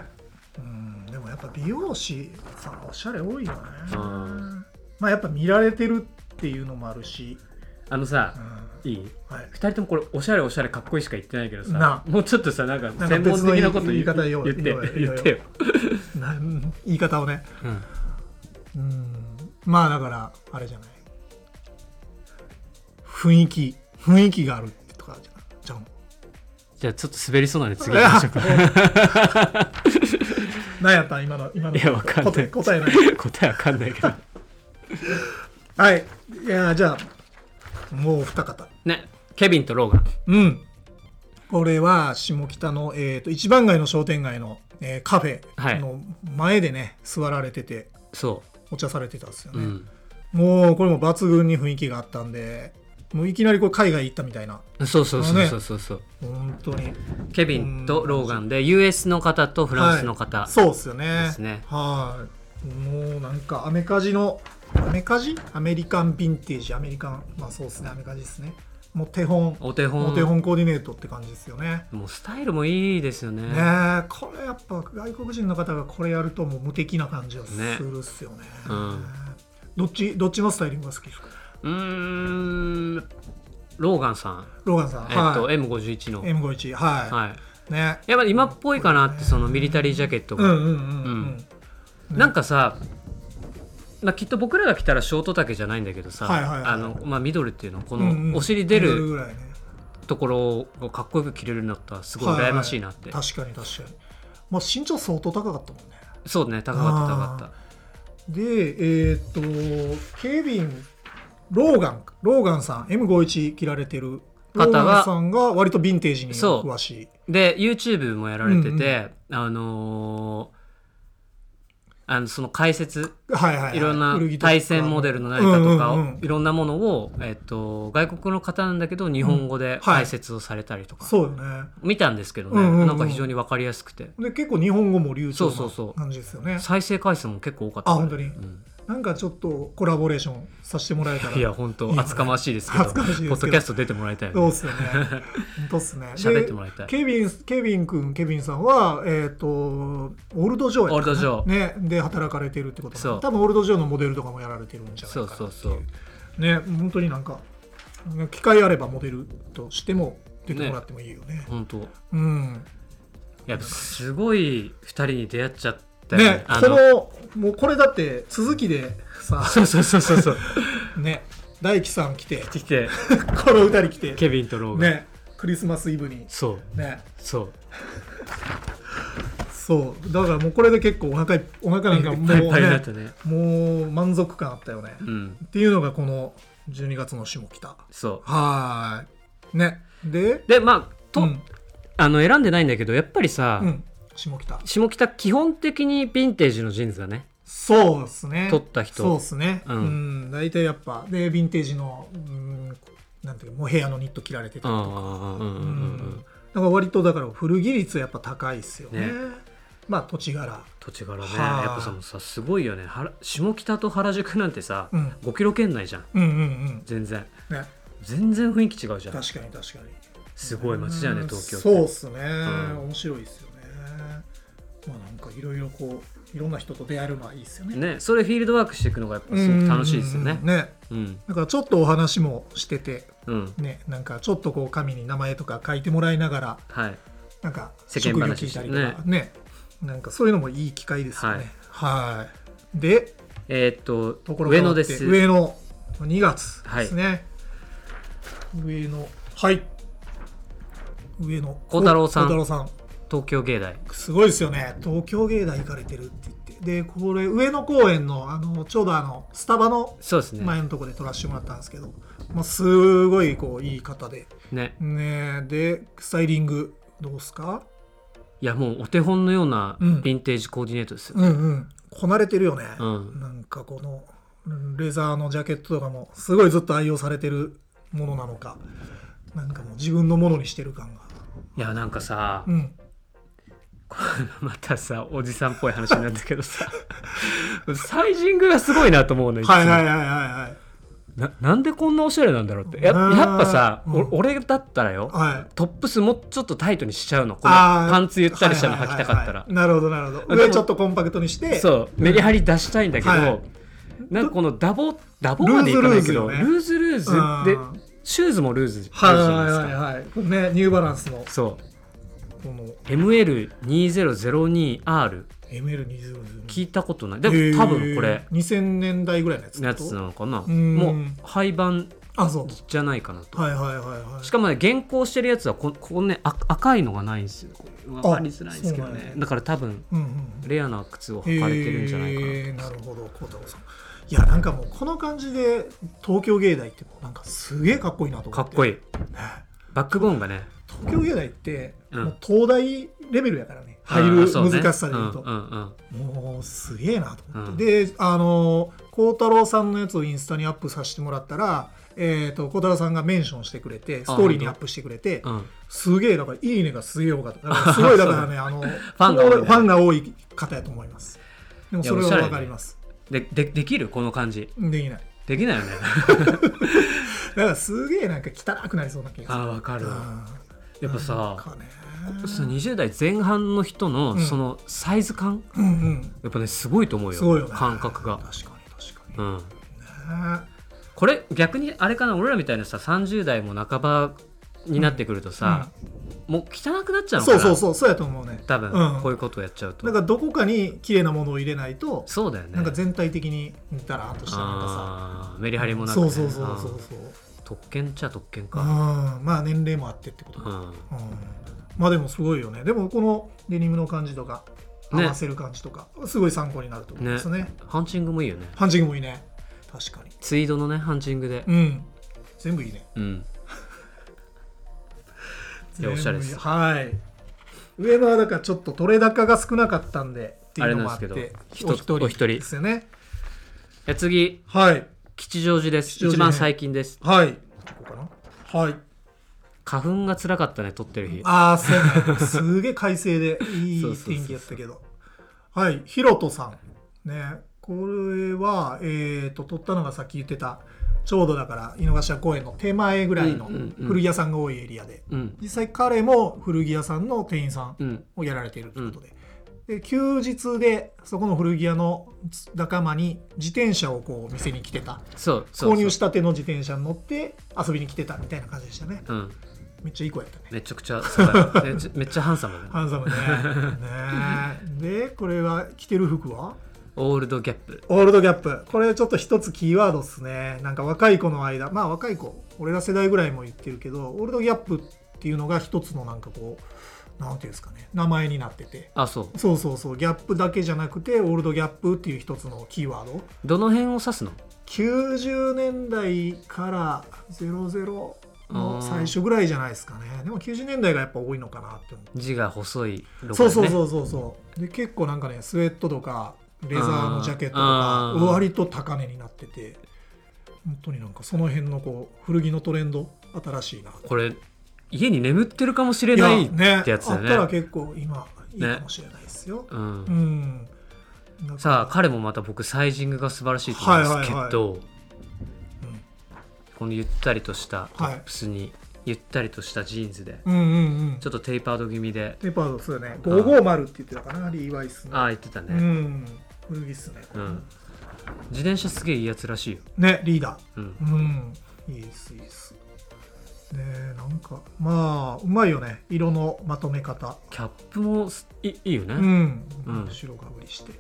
S2: うんでもやっぱ美容師さんおしゃれ多いよね、
S1: うん
S2: まあやっぱ見られてるっていうのもあるし、
S1: あの
S2: う
S1: さ
S2: ん
S1: いい
S2: はい
S1: 2人ともこれおしゃれおしゃれかっこいいしか言ってないけどさ
S2: な
S1: もうちょっとさなんか
S2: なんか
S1: 専門的なこと言
S2: 別の言い方よ
S1: 言って
S2: よよ
S1: 言ってよ、
S2: なん *laughs* 言い方をね
S1: うん
S2: うんまあだからあれじゃない雰囲気雰囲気があるとかじゃないじゃ
S1: *laughs*
S2: ん
S1: じゃあちょっと滑りそうなんで
S2: *laughs*
S1: 次行きましょうか
S2: 何やったん今の今の
S1: いやわかんない
S2: 答え答えない
S1: 答えわかんないけど
S2: はいいやじゃあもう二方
S1: ねケビンとローガン
S2: うんこれは下北の、えー、と一番街の商店街の、えーカフェの前でね、座られてて
S1: そ
S2: お茶されてたんですよ
S1: う、う
S2: ね、
S1: ん
S2: もうこれも抜群に雰囲気があったんでもういきなりこう海外行ったみたいな
S1: そうそうそうそうそうそう、
S2: 本当に
S1: ケビンとローガンで US の方とフランスの方、
S2: はいそうっすよね
S1: ですね
S2: はいもうなんかアメカジのアメカジアメリカンヴィンテージアメリカンまあそうですねアメカジですねもう手本
S1: お手本
S2: お手本コーディネートって感じですよね
S1: もうスタイルもいいですよね
S2: ねえこれやっぱ外国人の方がこれやるともう無敵な感じがするっすよね
S1: うん
S2: どっちどっちのスタイリングが好きですか
S1: うーんローガンさん、
S2: ローガンさん、
S1: えっと
S2: はい
S1: M51 の、
S2: M51 はい、
S1: はい、
S2: ね
S1: やっぱり今っぽいかなってそのミリタリージャケット
S2: うん
S1: が、
S2: うんうんう
S1: うん
S2: ん
S1: なんかさ、まあ、きっと僕らが着たらショート丈じゃないんだけどさ、
S2: はいはいはい
S1: あのまあ、ミドルっていうのこ
S2: うんうん
S1: のお尻出
S2: ミドル
S1: る
S2: ぐらいね
S1: ところをかっこよく着れるようになったらすごい
S2: はは
S1: 羨ましいなって、
S2: 確かに確かにまあ身長相当高かったもんね
S1: そうね高かった高かっ
S2: でえーっとケビンローガンローガンさん M51 着られてるロ
S1: 方
S2: ー
S1: が
S2: ガンさんが割とヴィンテージに
S1: そう
S2: 詳しい
S1: たで YouTube もやられてて、あのーあのその解説
S2: はいはいはい
S1: いろんな
S2: 古着とか
S1: 対戦モデルの何かとかを、
S2: うんうんうん
S1: いろんなものを、えっと、外国の方なんだけど日本語で
S2: はい
S1: 解説をされたりとか、
S2: そうよね
S1: 見たんですけどね、
S2: うんうんうん
S1: なんか非常に分かりやすくて
S2: で結構日本語も流暢
S1: そうそうそう
S2: な感じですよね
S1: 再生回数も結構多かったから
S2: あ本当に
S1: うん
S2: なんかちょっとコラボレーションさせてもらえたら
S1: いや本
S2: い
S1: 当
S2: いよね
S1: 厚かましいですけど
S2: 厚かましいですけど
S1: ポッドキャスト出てもらいたいよ
S2: そう
S1: ね
S2: っすよ
S1: *laughs*
S2: ね本当っすねで
S1: 喋ってもらいたい
S2: ケビンケビン君ケビンさんはえっ、とオールドジョーやったかな
S1: オールド
S2: ねで働かれてるってことなんだ
S1: そう
S2: 多分オールドジョーのモデルとかもやられてるんじゃないか
S1: そ
S2: な
S1: うそうそう
S2: ね本当になんか機会あればモデルとしても出てもらってもいいよね
S1: 本当い
S2: うん
S1: やすごい2人に出会っちゃったよね
S2: ね
S1: あ
S2: こ
S1: の
S2: のもうこれだって続きでさ
S1: そうそうそうそうそう
S2: ね大樹さん来て
S1: 来て
S2: この歌に来て
S1: ケビンとローが、
S2: ねクリスマスイブに
S1: そう
S2: ね
S1: そう
S2: そうだからもうこれで結構お腹いお腹なんか
S1: い
S2: も
S1: っ
S2: う
S1: ぱいいっぱいになっ
S2: ね
S1: たね
S2: もう満足感あったよね、
S1: う
S2: っ
S1: ん
S2: ていうのがこの12月の下北
S1: そ
S2: はーいねで
S1: うでまあと、
S2: うん
S1: あの選んでないんだけどやっぱりさ、
S2: うん、下北
S1: 下北基本的にヴィンテージのジーンズだね
S2: そうですね
S1: 取った人
S2: そうですね
S1: う
S2: うんん、大体やっぱでヴィンテージの、うん、なんていうかもう部屋のニット着られてたりと
S1: う
S2: か、
S1: んうんうんうんうんうん
S2: だから割とだから古着率やっぱ高いっすよね
S1: ね
S2: まあ土地柄
S1: 土地柄ね
S2: はあ
S1: やっぱさもうさすごいよねはら下北と原宿なんてさ、
S2: うん
S1: 5キロ圏内じゃん
S2: うんうん
S1: 全然
S2: うんね
S1: 全然雰囲気違うじゃん
S2: 確かに確かに
S1: すごい街だよね東京って
S2: そうっすね、
S1: ん
S2: 面白いですよねまあなんかいろいろこういろんな人と出会えるのはいいですよね
S1: ねそれフィールドワークしていくのがやっぱすごく楽しいですよね
S2: うんね
S1: うん
S2: だからちょっとお話もしてて
S1: うん
S2: ねなんかちょっとこう紙に名前とか書いてもらいながら
S1: はい
S2: なんか
S1: 世
S2: 職
S1: 間
S2: 業
S1: 話
S2: 聞いたりとかねなんかそういうのもいい機会ですよねはいで
S1: えーっと
S2: ところが
S1: 上
S2: 変わ
S1: 野
S2: って
S1: です
S2: 上野2月ですね、上野はい上野
S1: 小太郎さん
S2: 小太郎さん
S1: 東京芸大
S2: すごいですよね東京芸大行かれてるって言ってでこれ上野公園のあのちょうどあのスタバの
S1: そうですね
S2: 前のところで撮らせてもらったんですけど、もうすごいこういい方で
S1: ね
S2: ねでスタイリングどうっすか
S1: いやもうお手本のような
S2: うん
S1: ヴィンテージコーディネートですよ、
S2: うんうんこなれてるよね、
S1: うん
S2: なんかこのうんレザーのジャケットとかもすごいずっと愛用されてるものなのかなんかもう自分のものにしてる感が
S1: いやなんかさ、
S2: うん
S1: これまたさおじさんっぽい話になったけど
S2: *laughs*
S1: さサイジングがすごいなと思うのいつも
S2: はいはいはいはいはい
S1: ななんでこんなおしゃれなんだろうってや
S2: うん
S1: やっぱさ、お
S2: うん
S1: 俺だったらよ
S2: はい
S1: トップスもうちょっとタイトにしちゃうのこの
S2: あー
S1: パンツゆったりしたの
S2: はい
S1: 履
S2: は
S1: き
S2: い
S1: た
S2: はいはい
S1: かったら
S2: なるほどなるほど
S1: で
S2: 上
S1: も
S2: ちょっとコンパクトにして
S1: そうメリハリ出したいんだけど、
S2: はい
S1: なんかこのダボダボまでいかないけど
S2: ル
S1: ル
S2: ー
S1: ーズルーズ,、
S2: うん
S1: でシューズもルーズじ
S2: は
S1: ゃ
S2: いはい
S1: ないですか、
S2: はいはいこのねニューバランスの
S1: そう
S2: この
S1: ML2002R
S2: ML20
S1: 聞いたことないでも多分これ
S2: 2000年代ぐらいのやつってこ
S1: や
S2: と
S1: つなのかな
S2: うん
S1: もう廃盤
S2: あそう
S1: じゃないかなと
S2: はいはいはいはい
S1: しかもね現行してるやつはこここねあ赤いのがないんですよこれ分かりづらいんですけど
S2: そうなん
S1: ね
S2: や
S1: だから多分
S2: うんうんうん
S1: レアな靴を履かれてるんじゃないかなと、
S2: えーなるほど孝太郎さんいやなんかもうこの感じで東京芸大ってもうなんかすげえかっこいいなと思
S1: か
S2: って
S1: っこい
S2: い
S1: いバックボーンがね
S2: 東京芸大って、
S1: うん
S2: もう東大レベルやからね入る
S1: あーそうね
S2: 難しさで言うと
S1: うんうんうん
S2: もうすげえなと思って、であの孝太郎さんのやつをインスタにアップさせてもらったらえー、と孝太郎さんがメンションしてくれてストーリーにアップしてくれて
S1: うん
S2: すげえだから「いいね」がすげえ多かった
S1: *laughs*
S2: だからすごいだからねあのフ
S1: ァンが多いね
S2: ファンが多い方やと思いますでもそれ
S1: いやお
S2: は
S1: しゃれね
S2: 分かります、
S1: ででできるこの感じ
S2: できない
S1: できない
S2: *laughs*
S1: よね
S2: だからすげえなんか汚くなりそうな気がす
S1: あ
S2: る。
S1: ーわかるわやっぱ
S2: なん
S1: さ
S2: かね
S1: その20代前半の人
S2: う
S1: の
S2: ん
S1: そのサイズ感、
S2: うんうん、
S1: やっぱねすごいと思うよ
S2: すごいよね
S1: 感覚が
S2: 確かに確かに、
S1: うん
S2: ね
S1: これ逆にあれかな俺らみたいなさ30代も半ばになってくるとさ、もう汚くなっちゃうのか
S2: そう
S1: な
S2: そうそうそうやと思うね
S1: 多分、
S2: うん
S1: こういうことをやっちゃうと
S2: なんかどこかに綺麗なものを入れないと、
S1: そうだよね
S2: なんか全体的にダラーっとしたなんかさ
S1: あーメリハリもなく、
S2: そ
S1: ね、
S2: うそうそうそう
S1: うん
S2: そう
S1: 特権っちゃ特権
S2: うん
S1: か、
S2: まあ年齢もあってってこと
S1: う
S2: か、
S1: ん、
S2: うんまあでもすごいよねでもこのデニムの感じとか合
S1: ね
S2: わせる感じとか、すごい参考になると思うんですよね
S1: ハンチングもいいよね
S2: ハンチングもいいね確かに
S1: ツイードのねハンチングで
S2: うん全部いいね
S1: うん、いやおしゃれです
S2: はい上野はだからちょっと取れ高が少なかったんでっていうのもあって
S1: あれなんですけど
S2: お一人
S1: お一人
S2: ですよね
S1: え次
S2: はい
S1: 吉祥寺です
S2: 吉祥寺ね
S1: 一番最近です
S2: はいここかなはい
S1: 花粉が辛かったね撮ってる日
S2: ああそうやねすげえ快晴でい
S1: そうそうそう
S2: い
S1: そう
S2: 天気やったけどはいひろとさんねこれはえー、と撮ったのがさっき言ってたちょうどだから井の頭公園の手前ぐらいの
S1: うんうんうん
S2: 古着屋さんが多いエリアで、
S1: うん
S2: 実際彼も古着屋さんの店員さん
S1: うん
S2: をやられているということで,、で休日でそこの古着屋の仲間に自転車をこう店に来てた
S1: そうそうそう
S2: 購入したての自転車に乗って遊びに来てたみたいな感じでしたね
S1: うん
S2: めっちゃいい子やったね
S1: めちゃくちゃそう
S2: *laughs*
S1: だよめっちゃめっちゃハンサムだね
S2: ハンサムねね *laughs* えでこれは着てる服は
S1: オールドギャップ
S2: オールドギャップこれちょっと一つキーワードっすねなんか若い子の間まあ若い子俺ら世代ぐらいも言ってるけどオールドギャップっていうのが一つのなんかこうなんていうんですかね名前になってて
S1: あそう
S2: そうそうそうギャップだけじゃなくてオールドギャップっていう一つのキーワード
S1: どの辺を指すの
S2: 90年代から00の最初ぐらいじゃないですかねでも90年代がやっぱ多いのかなって思って、
S1: 字が細いロゴ
S2: そうそう
S1: う
S2: そうそうそうで結構なんかねスウェットとかレザーのジャケットと
S1: あ
S2: か
S1: ー
S2: 割と高値になってて本当になんかその辺のこう古着のトレンド新しいな
S1: これ家に眠ってるかもしれない
S2: やね
S1: ってやつだよね
S2: あったら結構今いいかもしれないですよ、
S1: うん
S2: うんだから
S1: さあ彼もまた僕サイジングが素晴らしいと思うんですけど、
S2: はいはいはいうん
S1: このゆったりとしたト
S2: はい
S1: ップスに、ゆったりとしたジーンズで
S2: うんうんうん
S1: ちょっとテイパード気味で
S2: テパードそうだね550って言ってたかなリーワイスの
S1: ああ言ってた
S2: う
S1: ね、
S2: ん古着っすねこ
S1: う
S2: れ
S1: ん、自転車すげえいいやつらしいよ、
S2: ねリーダー
S1: うん、
S2: うん、いいです、いいです。ねえ、なんか、まあ、うまいよね、色のまとめ方。
S1: キャップもすいいいよね、
S2: う
S1: うん
S2: ん
S1: うん、
S2: 白がぶりして。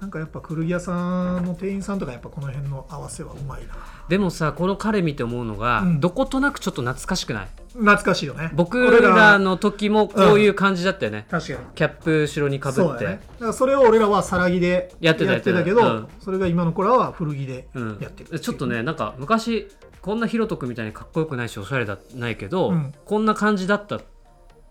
S2: なんかやっぱ古着屋さんの店員さんとかやっぱこの辺の合わせはうまいな
S1: でもさこの彼見て思うのが、
S2: うん
S1: どことなくちょっと懐かしくない
S2: 懐かしいよね
S1: 僕
S2: 俺
S1: らの時もこういう感じだったよね、
S2: 確かに
S1: キャップ後ろにかぶ
S2: そう
S1: っ
S2: だ
S1: て
S2: ねだからそれを俺らはさらぎで
S1: やってた
S2: けど、
S1: やってた
S2: それが今の子らは古着で
S1: うん
S2: やってるていう、
S1: ちょっとねなんか昔こんなひろとくみたいにかっこよくないしおしゃれだないけど、
S2: うん
S1: こんな感じだった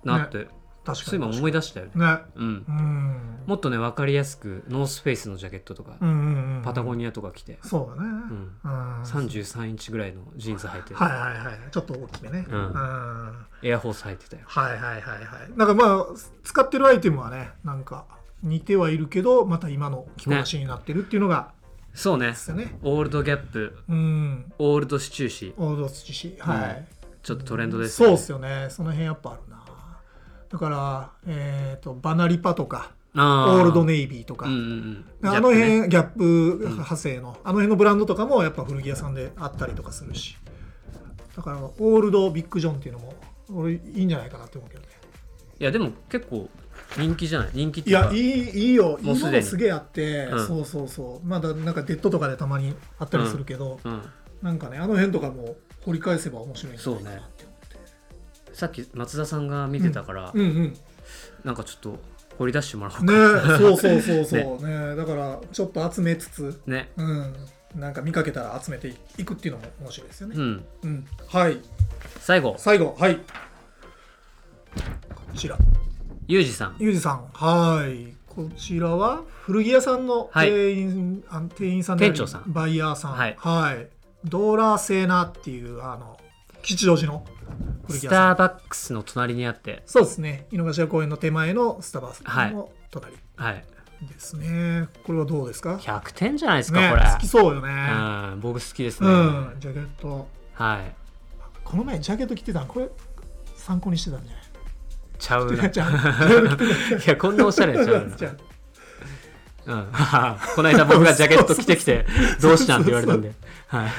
S1: なって、
S2: 確
S1: そ
S2: か
S1: う
S2: に
S1: 今
S2: 確
S1: 思い出したよね、
S2: かにね
S1: うん
S2: う、ん
S1: もっとね分かりやすくノースフェイスのジャケットとか、
S2: うんうんうん
S1: パタゴ
S2: ニ
S1: ニアとか着て、
S2: そうだね
S1: う
S2: うん
S1: ん、
S2: うん
S1: 33インチぐらいのジーンズ履いて、
S2: はいはいはいちょっと大きめね
S1: うん
S2: うん
S1: エアホース履いてたよ
S2: はいはいはいはいなんかまあ使ってるアイテムはねなんか似てはいるけどまた今の着こなしになってるっていうのが
S1: そうね
S2: ですよね
S1: オールドギャップ
S2: うん
S1: オールドシチューシー
S2: 王道土しはい、
S1: ちょっとトレンドです、
S2: そうっ
S1: っ
S2: すよねその辺やっぱあるなだからえっ、とバナリパとかオ
S1: あ
S2: ールド
S1: イ
S2: ネイビーとか、
S1: うんうんうん、
S2: あの
S1: ギャップね
S2: 辺ギャップ派生の、あの辺のブランドとかもやっぱ古着屋さんであったりとかするしだからオールドビッグジョンっていうのも俺いいんじゃないかなって思うけどね
S1: いやでも結構人気じゃない人気って
S2: い
S1: いうか
S2: やいいいいよいい
S1: もうす
S2: も
S1: でに
S2: のすげえあって、
S1: うん
S2: そうそうそうまだなんかデッドとかでたまにあったりするけど、
S1: うん、
S2: なんかねあの辺とかも掘り返せば面白いんじゃないかなって思って
S1: さっき松田さんが見てたから、
S2: うんうんね
S1: なんかちょっと掘り出してもらおうか
S2: えそうそうそ
S1: *laughs*
S2: うそうねだからちょっと集めつつ
S1: ね
S2: うんなんか見かけたら集めていくっていうのも面白いですよね
S1: う、ん
S2: うんはい
S1: 最後
S2: 最後はいこちら
S1: ユージさん
S2: ゆうじさんはいこちらは古着屋さんの
S1: はい
S2: 店員,あ、店員さんであり
S1: 店長さん
S2: バイヤーさん
S1: はい
S2: はいドーラーセーナっていうあの吉祥寺の古着
S1: ス
S2: 屋さん
S1: ターバックスの隣にあって
S2: そうですね井の頭公園の手前のスタバ
S1: はい
S2: の隣
S1: はい
S2: ですね、これはどうですか
S1: 100点じゃないですか、
S2: ね
S1: これ
S2: 好きそうよね
S1: うん僕好きです
S2: う
S1: ね、
S2: ん、ジャケット
S1: はい
S2: この前ジャケット着てたのこれ参考にしてたんじゃない
S1: ちゃうない
S2: じゃあ
S1: やこんなおしゃれ *laughs* ちゃうな
S2: じゃあ
S1: うん *laughs* この間僕がジャケット着てきてどうしたんって言われたんで
S2: *laughs*
S1: はい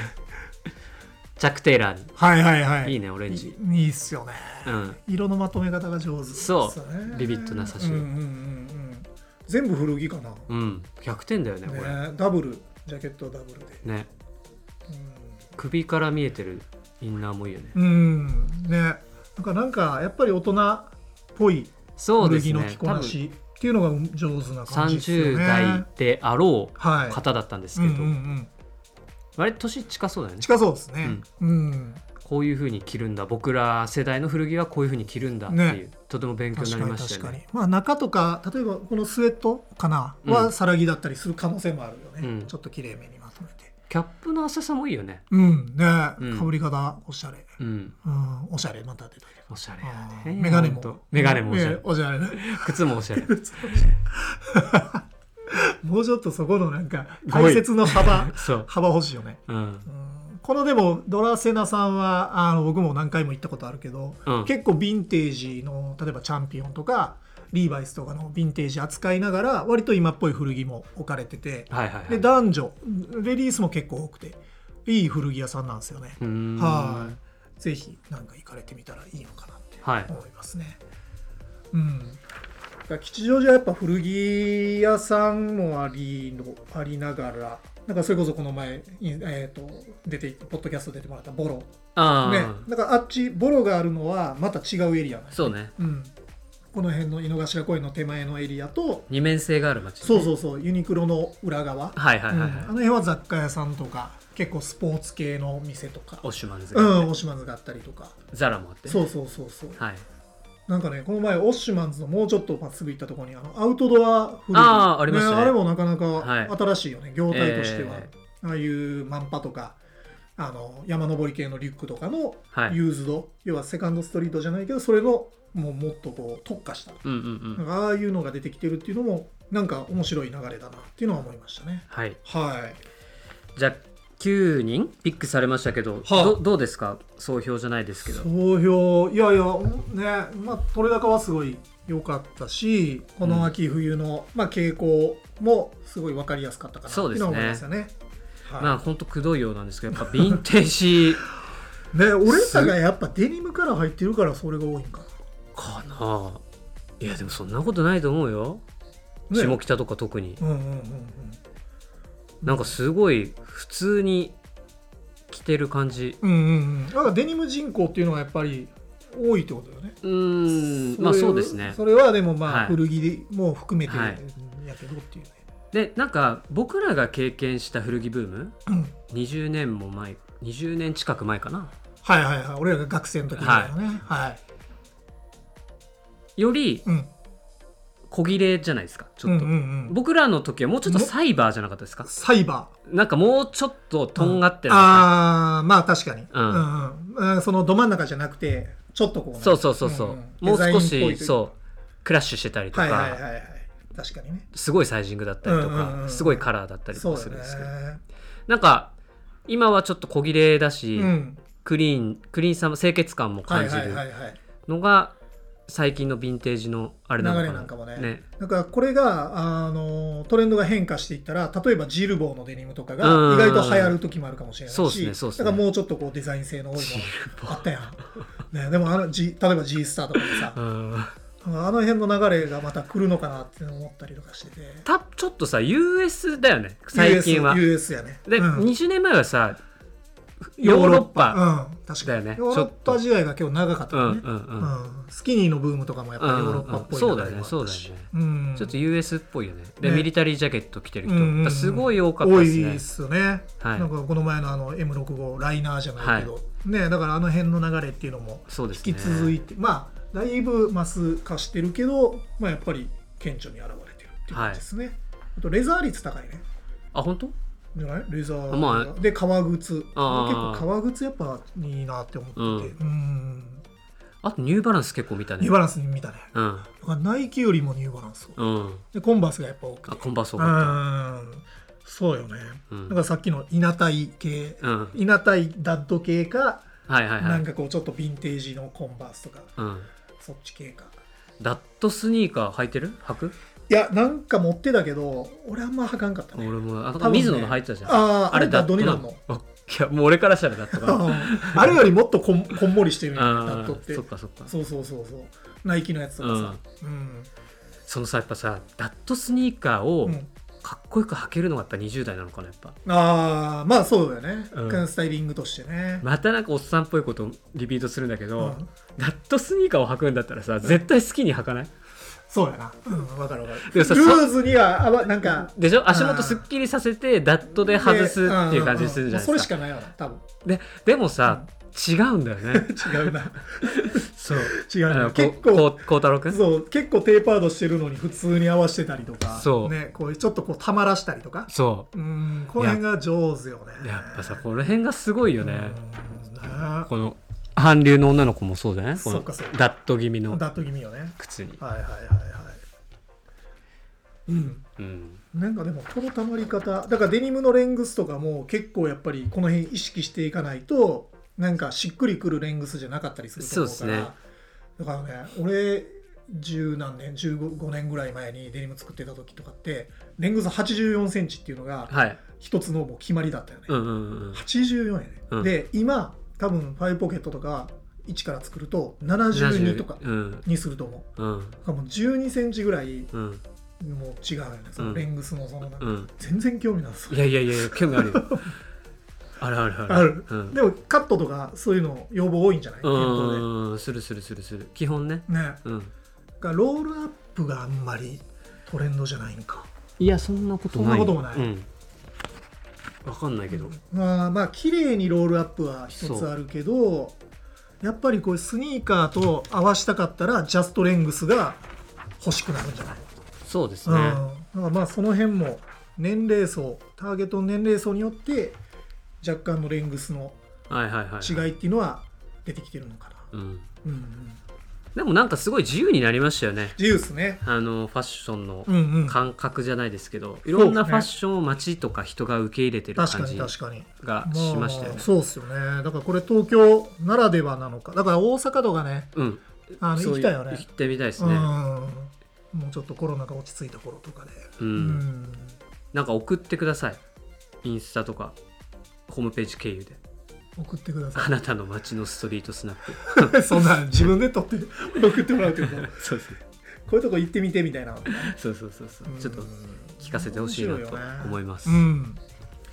S1: ジャック・テイラーに
S2: はいはいはい
S1: いいねオレンジ
S2: いいいっすよね
S1: うん
S2: 色のまとめ方が上手ですよね
S1: そうビビッドな差し
S2: うんうんうんうん全部古着かな、
S1: うん100点だよねこれ
S2: ね、ダブルジャケットダブルで
S1: ね首から見えてるインナーもいいよね
S2: うん、うん、ねなんかなんかやっぱり大人っぽい
S1: そうで
S2: 古
S1: す
S2: 着
S1: ね
S2: の着こ
S1: 多
S2: な
S1: 分
S2: しっていうのが上手な感じですよ
S1: 30
S2: ね
S1: 代であろ
S2: は
S1: う
S2: い
S1: 方だったんです
S2: う
S1: け
S2: ん
S1: ど、
S2: うんうん、
S1: 割と年近そうだよね
S2: 近そうですねうん、
S1: こういうふうに着るんだ僕ら世代の古着はこういうふうに着るんだっていう、とても勉強に
S2: 確
S1: な
S2: か
S1: り
S2: に
S1: ました
S2: 確
S1: よ
S2: かに
S1: ね
S2: まあ中とか例えばこのスウェットかな
S1: う
S2: は
S1: ん
S2: さらぎだったりする可能性もあるよね、
S1: うん
S2: ちょっと綺麗めにまとめて
S1: キャップの浅さもいいよね
S2: うんね
S1: うん
S2: かぶり方おしゃれ
S1: うん
S2: うん、おしゃれまた出たけ
S1: おしゃれ
S2: ど
S1: や
S2: あ
S1: ね
S2: ー。メガネ
S1: ほんと
S2: も
S1: メガネもおしゃ
S2: え
S1: れ
S2: え。おしゃれね
S1: 靴もおしゃれ。
S2: もうちょっとそこのなんか
S1: 語彙
S2: 解説の幅
S1: *laughs* そう。
S2: 幅欲しいよね
S1: うん。
S2: うんこのでもドラセナさんはあの僕も何回も行ったことあるけど、
S1: うん
S2: 結構ヴィンテージの例えばチャンピオンとかリーバイスとかのヴィンテージ扱いながら割と今っぽい古着も置かれてて
S1: はいはいはい。
S2: で男女レディースも結構多くていい古着屋さんなんですよね、
S1: うーん
S2: はいぜひなんか行かれてみたらいいのかなって
S1: はい
S2: 思いますね。うん、だから吉祥寺はやっぱ古着屋さんもありのありながらなんかそれこそこの前、いえー、と出てポッドキャスト出てもらったボロ、ね、
S1: あ
S2: だからあっちボロがあるのはまた違うエリアな
S1: あ。
S2: んです
S1: そうね。
S2: うん、この辺の井の頭公園の手前のエリアと
S1: 二面性がある街。
S2: そうそうそうユニクロの裏側、
S1: はいはいはいは
S2: うんあの
S1: い。
S2: 辺は雑貨屋さんとか結構スポーツ系の店とか
S1: オッシュマンズ
S2: う
S1: があって
S2: んオシマンズがあったりとか
S1: ザラもあって。
S2: そうそうそうそう
S1: はい。
S2: なんかねこの前オッシュマンズのもうちょっとまっすぐ行ったところにあのアウトドア古着
S1: あーありましたね
S2: あれもなかな
S1: はい
S2: か新しいよね、業態としては、
S1: え
S2: ああいうマンパとかあの山登り系のリュックとかの
S1: はい
S2: ユーズド、要はセカンドストリートじゃないけどそれのもうもっとこう特化した
S1: うんうんう
S2: なん
S1: ん。
S2: かああいうのが出てきてるっていうのもなんか面白い流れだなっていうのは思いましたね
S1: はい。
S2: はい
S1: じゃあ9人ピックされましたけど、
S2: はあ
S1: どどうですか総評じゃないですけど
S2: 総評いやいやねまあ取れ高はすごい良かったしこの秋冬の、まあ、傾向もすごい分かりやすかったかな
S1: そうですね
S2: っていうのは思いますよね。はい
S1: まあほんとくどいようなんですけどやっぱヴィンテージ
S2: ね俺らがやっぱデニムから入ってるからそれが多いん *laughs* か
S1: かないやでもそんなことないと思うよ、
S2: な。
S1: 下北とか特に
S2: うんうんうんうん
S1: なんかすごい普通に着てる感じ
S2: うんうんうんだからデニム人口っていうのはやっぱり多いってことだよね。
S1: うーんまあそうですね
S2: それはでもま
S1: は
S2: あ
S1: い
S2: 古着も含めて
S1: は
S2: や
S1: い
S2: けどっていうね。
S1: でなんか僕らが経験した古着ブーム
S2: うん
S1: 20年も前20年近く前かな
S2: はいはいはい俺らが学生の時みたいなね。はい。
S1: より
S2: うん
S1: 小切れじゃないですかち
S2: う
S1: ょっ
S2: ん
S1: と、
S2: うんうん
S1: 僕らの時はもうちょっとサイバーじゃなかったですか
S2: サイバー。
S1: なんかもうちょっととんがってなかっ
S2: ああまあ確かに、
S1: うん
S2: うんうんうん、そのど真ん中じゃなくてちょっとこう
S1: た
S2: ね
S1: そうそうそうそう、
S2: んん
S1: もう少
S2: デザインっぽい
S1: し
S2: とい
S1: そうクラッシュしてたりと
S2: う
S1: か、
S2: はいはいはいはい確かにね
S1: すごいサイジングだったりとか、
S2: うんうんうん
S1: すごいカラーだったりと
S2: そ
S1: か
S2: う
S1: す
S2: だ
S1: るん
S2: ね
S1: ですけど、なんか今はちょっと小切れだし、
S2: うん
S1: クリーンクリーンさも清潔感も
S2: は
S1: 感
S2: い
S1: じ
S2: はい
S1: る
S2: はいはい
S1: のが最近のヴィンテージのあれなのかな
S2: 流れなんかもねだからこれがあのトレンドが変化していったら例えばジルボーのデニムとかが
S1: うん
S2: 意外と流行る時もあるかもしれないし
S1: そうっすねそうっすね
S2: だからもうちょっとこうデザイン性の多いも
S1: ジル
S2: のあったやん、ね、でもあの、G、例えば G スターとかでさ
S1: うん
S2: あの辺の流れがまた来るのかなって思ったりとかしてて
S1: たちょっとさ US だよね最近は
S2: US, US やね
S1: で、
S2: うん
S1: 20年前はさヨーロッパ
S2: うん、確
S1: だ
S2: か
S1: よ
S2: に、
S1: ね
S2: ヨーロッパ時代が結構長かった
S1: う
S2: よ
S1: んうん
S2: ね、
S1: うん
S2: うんスキニーのブームとかもやっぱりヨーロッパっぽい
S1: そうだよねそうだよね
S2: ね
S1: ちょっと US っぽいよねで
S2: ね
S1: ミリタリージャケット着てる人、
S2: うんうんうん
S1: やっぱすごい多かった
S2: 多
S1: で
S2: いで
S1: ね
S2: すすよね、
S1: はい
S2: なんかこの前のあの M65 ライナーじゃないけど、ねだからあの辺の流れっていうのも
S1: そうですね
S2: 引き続いて、まあだいぶマス化してるけど、まあ、やっぱり顕著に現れてるっていう感じですね、あとレザー率高いね
S1: あ本当
S2: じゃないレザー、
S1: ま
S2: で革靴
S1: あー
S2: 結構革靴やっぱいいなって思っててうん
S1: あとニューバランス結構見たね
S2: ニューバランス見たね
S1: うん
S2: だからナイキよりもニューバランスを
S1: うん
S2: でコンバースがやっぱ多く
S1: あ
S2: て
S1: コンバース多
S2: う
S1: かっ
S2: んそうよね、
S1: うん
S2: だからさっきの稲体系
S1: たうん
S2: 稲体ダッド系か、
S1: はいはいは
S2: ないんかこうちょっとヴィンテージのコンバースとか
S1: うん
S2: そっち系か
S1: ダットスニーカー履いてる履く
S2: いやなんか持ってたけど俺あんま履かんかったね
S1: 俺もあ
S2: 多分ね
S1: 水野の履いてたじゃん
S2: あああれダッドにな
S1: な
S2: るの
S1: あいやもう俺からしたらダットか
S2: *laughs* うんあれよりもっとこんこんもりしてるよね
S1: あ
S2: ダッドって
S1: ーそっかそっか
S2: そうそうそうそうナイキのやつとかさ、うん
S1: そのさやっぱさダットスニーカー
S2: う
S1: を
S2: ん
S1: かっこよく履けるのがやっぱ20代なのかなやっぱ
S2: ああまあそうだよね、
S1: うん
S2: スタイリングとしてね、
S1: またなんかおっさんっぽいことをリピートするんだけど、
S2: うん
S1: ダットスニーカーを履くんだったらさ絶対好きに履かない
S2: そうやなうんわかるわかる
S1: で
S2: ル
S1: もさ
S2: ーズにはあわなんか
S1: でしょ足元すっきりさせてダットで外すっていう感じにするじゃない
S2: でう
S1: で
S2: んうんうんもうそれ
S1: す
S2: し
S1: か
S2: かないわな多分
S1: ででもさ、違うんだよ
S2: *laughs*
S1: ね
S2: 違うな
S1: そう
S2: 違う
S1: あ
S2: な
S1: の
S2: 結
S1: こ
S2: 構
S1: こう孝太郎くん
S2: そう結構テーパードしてるのに普通に合わせてたりとか
S1: そう
S2: ね、こうちょっとこうたまらしたりとか
S1: そ
S2: うんこの辺が上手よ
S1: う
S2: ね
S1: やっぱさこの辺がすごいよね、
S2: うんな
S1: この韓流の女の子もそうじゃないこ
S2: そ
S1: の
S2: っかそっか
S1: ダット気味の
S2: ダット気味よね
S1: 靴に、
S2: はいはいはいはいうん
S1: うん、
S2: なんかでもこのたまり方だからデニムのレングスとかも結構やっぱりこの辺意識していかないとなんかしっくりくるレングスじゃなかったりすると思うから
S1: そうっ
S2: だからね俺十何年15年ぐらい前にデニム作ってた時とかってレングス8 4センチっていうのが
S1: はい
S2: 一つのもう決まりだったよね、
S1: うんうんうん
S2: 84やね、
S1: うん
S2: で今多分ファイブポケットとか1から作ると72とか
S1: うん
S2: にすると思う
S1: うん
S2: だからもう12センチぐらい
S1: うん
S2: もう違うよねそのレングスのそのなんか
S1: うん
S2: 全然興味ないです
S1: いやいやいや興味ある
S2: *laughs*
S1: よあるあるある
S2: ある
S1: うん、
S2: でもカットとかそういうの要望多いんじゃない店頭
S1: うんするするするする基本ね
S2: でね
S1: うん
S2: だからロールアップがあんまりトレンドじゃないんか
S1: いやそんなこと
S2: ない
S1: ない
S2: う
S1: うん、分かんないけど
S2: まあまあ綺麗にロールアップは一つあるけどやっぱりこういうスニーカーと合わしたかったらジャストレングスが欲しくなるんじゃない
S1: そうです
S2: うん
S1: ね、
S2: だからまあその辺も年齢層ターゲットの年齢層によって若干のレングスの
S1: はいはいはい
S2: 違いっていうのは出てきてるのかな、
S1: うん
S2: うんうん
S1: でもなんかすごい自由になりましたよね
S2: 自由っすね
S1: あのファッションの
S2: うんうん確
S1: 感覚じゃないですけど、い
S2: すね
S1: ろんなファッションを街とか人が受け入れてる
S2: か
S1: 感
S2: に
S1: じ
S2: 確かに
S1: がしましたよ
S2: あ
S1: ね。
S2: そうっすよねだからこれ東京ならではなのかだから大阪とかね
S1: うん、
S2: あの
S1: そう
S2: 行きたいよね
S1: 行ってみたいです
S2: うん
S1: ね。
S2: もうちょっとコロナが落ち着いた頃とかで
S1: うん
S2: うん
S1: なんか送ってください。インスタとかホームページ経由で。
S2: 送ってくださ
S1: あなたの街のストリートスナッ
S2: *laughs*
S1: プ。
S2: い *laughs* そんなん自分で撮って *laughs* 送ってもらうけ
S1: *laughs*
S2: どこ
S1: そうそう
S2: ういうとこ行ってみてみたいな
S1: そうそうそうそう。ちょっと聞
S2: 聞
S1: かせてほしいなと思います。
S2: うん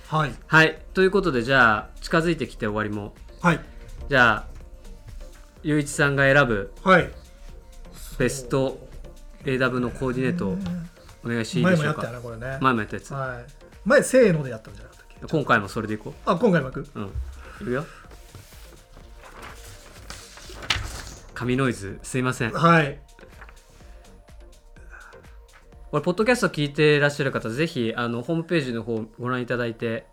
S2: はい
S1: はい。ということで、じゃあ、近づいてきて終わりも。
S2: はい
S1: じゃあ、ゆういちさんが選ぶ
S2: はい
S1: ベスト AW のコーディネートをお願いしていい
S2: 前
S1: で
S2: も
S1: しょ
S2: や
S1: う
S2: ったよ
S1: か。
S2: ねこれね
S1: 前もやったやつ。
S2: はい前せーのでやったんじゃなかったっけ
S1: 今回もそれでいこ
S2: あ今回幕
S1: う。うん。いくよ。紙ノイズ、すいません。
S2: はい
S1: これポッドキャスト聞いてらっしゃる方ぜひあのホームページの方をご覧いただいて、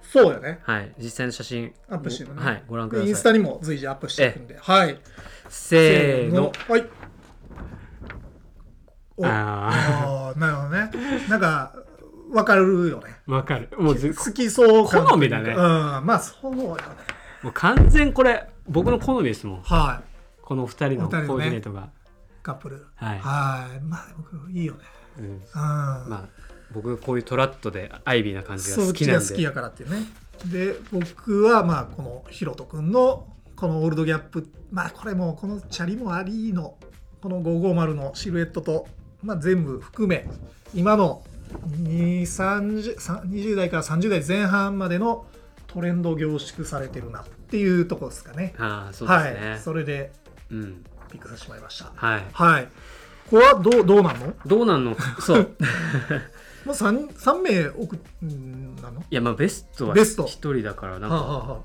S2: そうだよね
S1: はい、実際の写真
S2: アップしてるのね
S1: はい、ご覧くださ
S2: で
S1: い
S2: インスタにも随時アップしていくんではい
S1: せーの
S2: はいお
S1: あ
S2: あーなるほどねなんか分かるよね *laughs*
S1: ーわかる *laughs* もうず
S2: 好きそう感
S1: 好みだね
S2: うんまあそうよね
S1: もう完全これ僕の好みですもん
S2: は
S1: この二人の
S2: お
S1: コ
S2: 二人
S1: ー
S2: のね
S1: ディネートが、
S2: いカップル
S1: はい、
S2: はいまあ僕いいよね
S1: うん、
S2: うん
S1: まあ僕こういうトラットでアイビーな感じが
S2: そ
S1: 好
S2: っ
S1: き
S2: ち
S1: な
S2: が
S1: ん
S2: 好き
S1: で
S2: やからっていうねで僕はまあこのヒロト君のこのオールドギャップまあこれもうこのチャリもありのこの550のシルエットと、まあ、全部含め今の2 30 20代から30代前半までのトレンド凝縮されてるなっていうとこですかね
S1: ああそうですね、
S2: はいそれで
S1: うん
S2: ピックさせてもらいました
S1: はい
S2: はいここはどうどうなんのも
S1: どうなんの *laughs* そう
S2: う 3, 三名送っんなの
S1: いやまあベストは
S2: ベスト
S1: 一人だからなん
S2: は
S1: か
S2: あはあは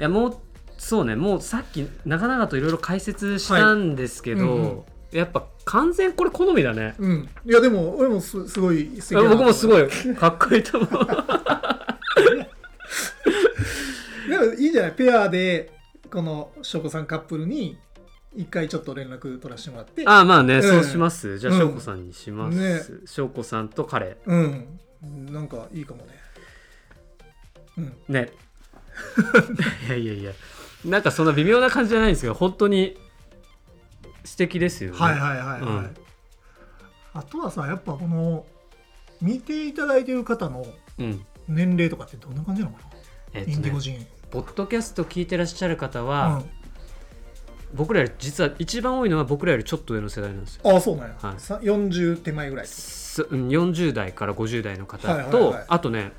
S2: い
S1: やもうそうねもうさっき長々といろいろ解説したんですけど、
S2: はいうん
S1: やっぱ完全これ好みだね
S2: うん、いやでも俺もすすごい素敵だなと
S1: 僕
S2: 思う
S1: もすごいかっこいいと思う
S2: でもいいじゃないペアでこの翔子さんカップルに一回ちょっと連絡取らせてもらっ
S1: *laughs*
S2: て
S1: ああまあね、
S2: うん
S1: そうしますじゃあ
S2: うん
S1: 翔子さんにしま
S2: ね
S1: す翔子、さんと彼
S2: うんなんかいいかもねうん
S1: ね *laughs* いやいやいやなんかそんな微妙な感じじゃないんですけど本当に素敵ですよね、
S2: はいはいはいはい、
S1: うん
S2: あとはさやっぱこの見ていただいてる方の
S1: うん
S2: 年齢とかってどんな感じなのかな、
S1: えっ
S2: イ
S1: と
S2: ンデ
S1: ね
S2: ィゴ人
S1: ポッドキャスト聞いてらっしゃる方
S2: うん、
S1: は、
S2: あ
S1: 僕らより実は一番多いのは僕らよりちょっと上の世代なんですよ
S2: あそうなんや、
S1: はい
S2: さ40手前ぐらい
S1: すうん40代から50代の方と、
S2: はいはいはい
S1: あとね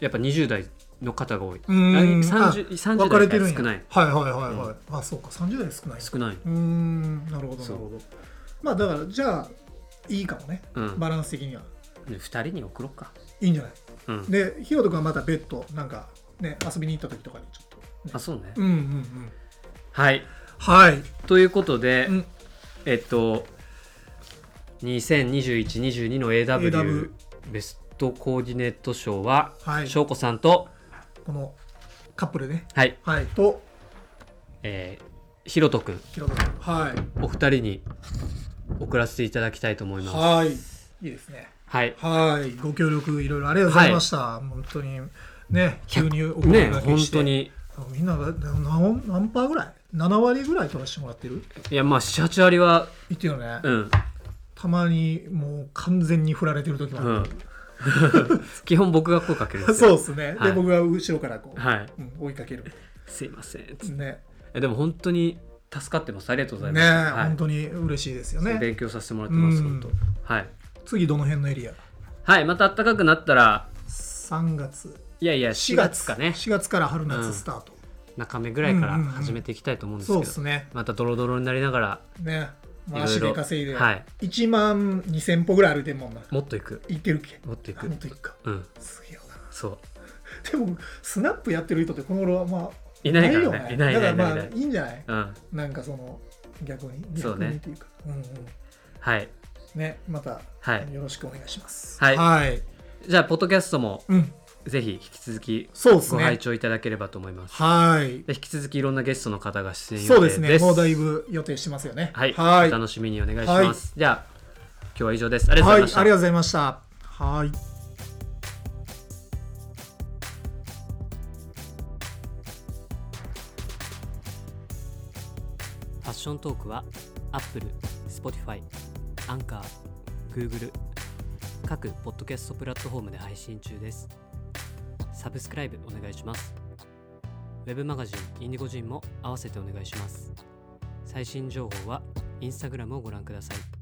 S1: やっぱ20代の方が多い、
S2: うーんあ
S1: 30, 30
S2: 分かれて
S1: 代が
S2: るんや
S1: 少ない
S2: はいはいはいはい、あそうか30代少ない
S1: 少ないう
S2: ーんなるほどな
S1: そ
S2: る
S1: う
S2: ほどまあだからじゃあいいかもね
S1: うん、
S2: バランス的には
S1: 2人に送ろうか、
S2: いいんじゃない
S1: うん、
S2: でヒロト君はまた別途なんかね遊びに行った時とかにちょっとね、
S1: あそうね、
S2: うんうんうん
S1: はい
S2: はい、
S1: ということで、
S2: うん、
S1: えっと2021-22の AW,
S2: AW
S1: ベストコーディネート賞は
S2: はい
S1: 翔子、さんと
S2: このカップルね
S1: はい
S2: はいと
S1: えー、ひろとくん
S2: ヒロト君はい
S1: お二人に送らせていただきたいと思いますは
S2: はいいいですね
S1: い
S2: はいご協力いろいろありがとうございました、本当にね急にお声
S1: ね
S2: 掛
S1: 本
S2: けして
S1: 当に
S2: みんなが何何パーぐらい7割ぐらい取らせてもらってる
S1: いやまあ78割は
S2: 言ってるよね、
S1: うん
S2: たまにもう完全に振られてる時もあ *laughs* る、
S1: うん、基本僕が声かけるんです
S2: *laughs* そう
S1: よ。
S2: ですね、
S1: はい
S2: で僕は後ろからこう、
S1: はい。
S2: うん追いかける
S1: すいません。
S2: ね
S1: えでも本当に助かってます。ありがとうござい
S2: ね、
S1: ます。はい、
S2: 本当に嬉しいですよね
S1: 勉強させてもらってます。
S2: うん
S1: 本当。はい。
S2: 次どの辺のエリア
S1: はい。また暖かくなったら、
S2: 3月
S1: いやいや4月かね。
S2: 4月から春夏スタート、
S1: 中目ぐらいから
S2: うんうんうん
S1: 始めていきたいと思うんですけ
S2: そ
S1: ど、
S2: うですね
S1: またドロドロになりながら
S2: ね
S1: いろい
S2: まあ足
S1: ろ
S2: で稼いで
S1: はい
S2: 1万2000歩ぐらい歩いてるもんな
S1: もっといく、
S2: 行ってるっけ
S1: もっといく
S2: 本。当行くか
S1: うん。
S2: すげえよな
S1: そう。
S2: でもスナップやってる人ってこの頃はまあ
S1: いないからね
S2: よ
S1: いないいない
S2: だからま
S1: いな
S2: あ
S1: い
S2: いいんじゃない
S1: うん。
S2: なんかその逆に
S1: そう
S2: 逆
S1: ね
S2: にっていうかうんうん
S1: はい。
S2: ねまた
S1: はい。
S2: よろしくお願いします。
S1: はい
S2: はい。
S1: じゃあポッドキャストも
S2: うん。
S1: ぜひ引き続き
S2: そうです
S1: ご
S2: ね
S1: 拝聴いただければと思います。
S2: はい
S1: で引き続きいろんなゲストの方が出演予定です。
S2: そうですねもうだいぶ予定してますよね
S1: はい、
S2: はい
S1: お楽しみにお願いします。じゃあ今日は以上です。ありがとうございました。
S2: はい、ありがとうございましたはい
S1: ファッショントークは Apple、Spotify、Anchor、Google 各ポッドキャストプラットフォームで配信中です。サブスクライブお願いします。ウェブマガジンインディゴジンも合わせてお願いします。最新情報は Instagram をご覧ください。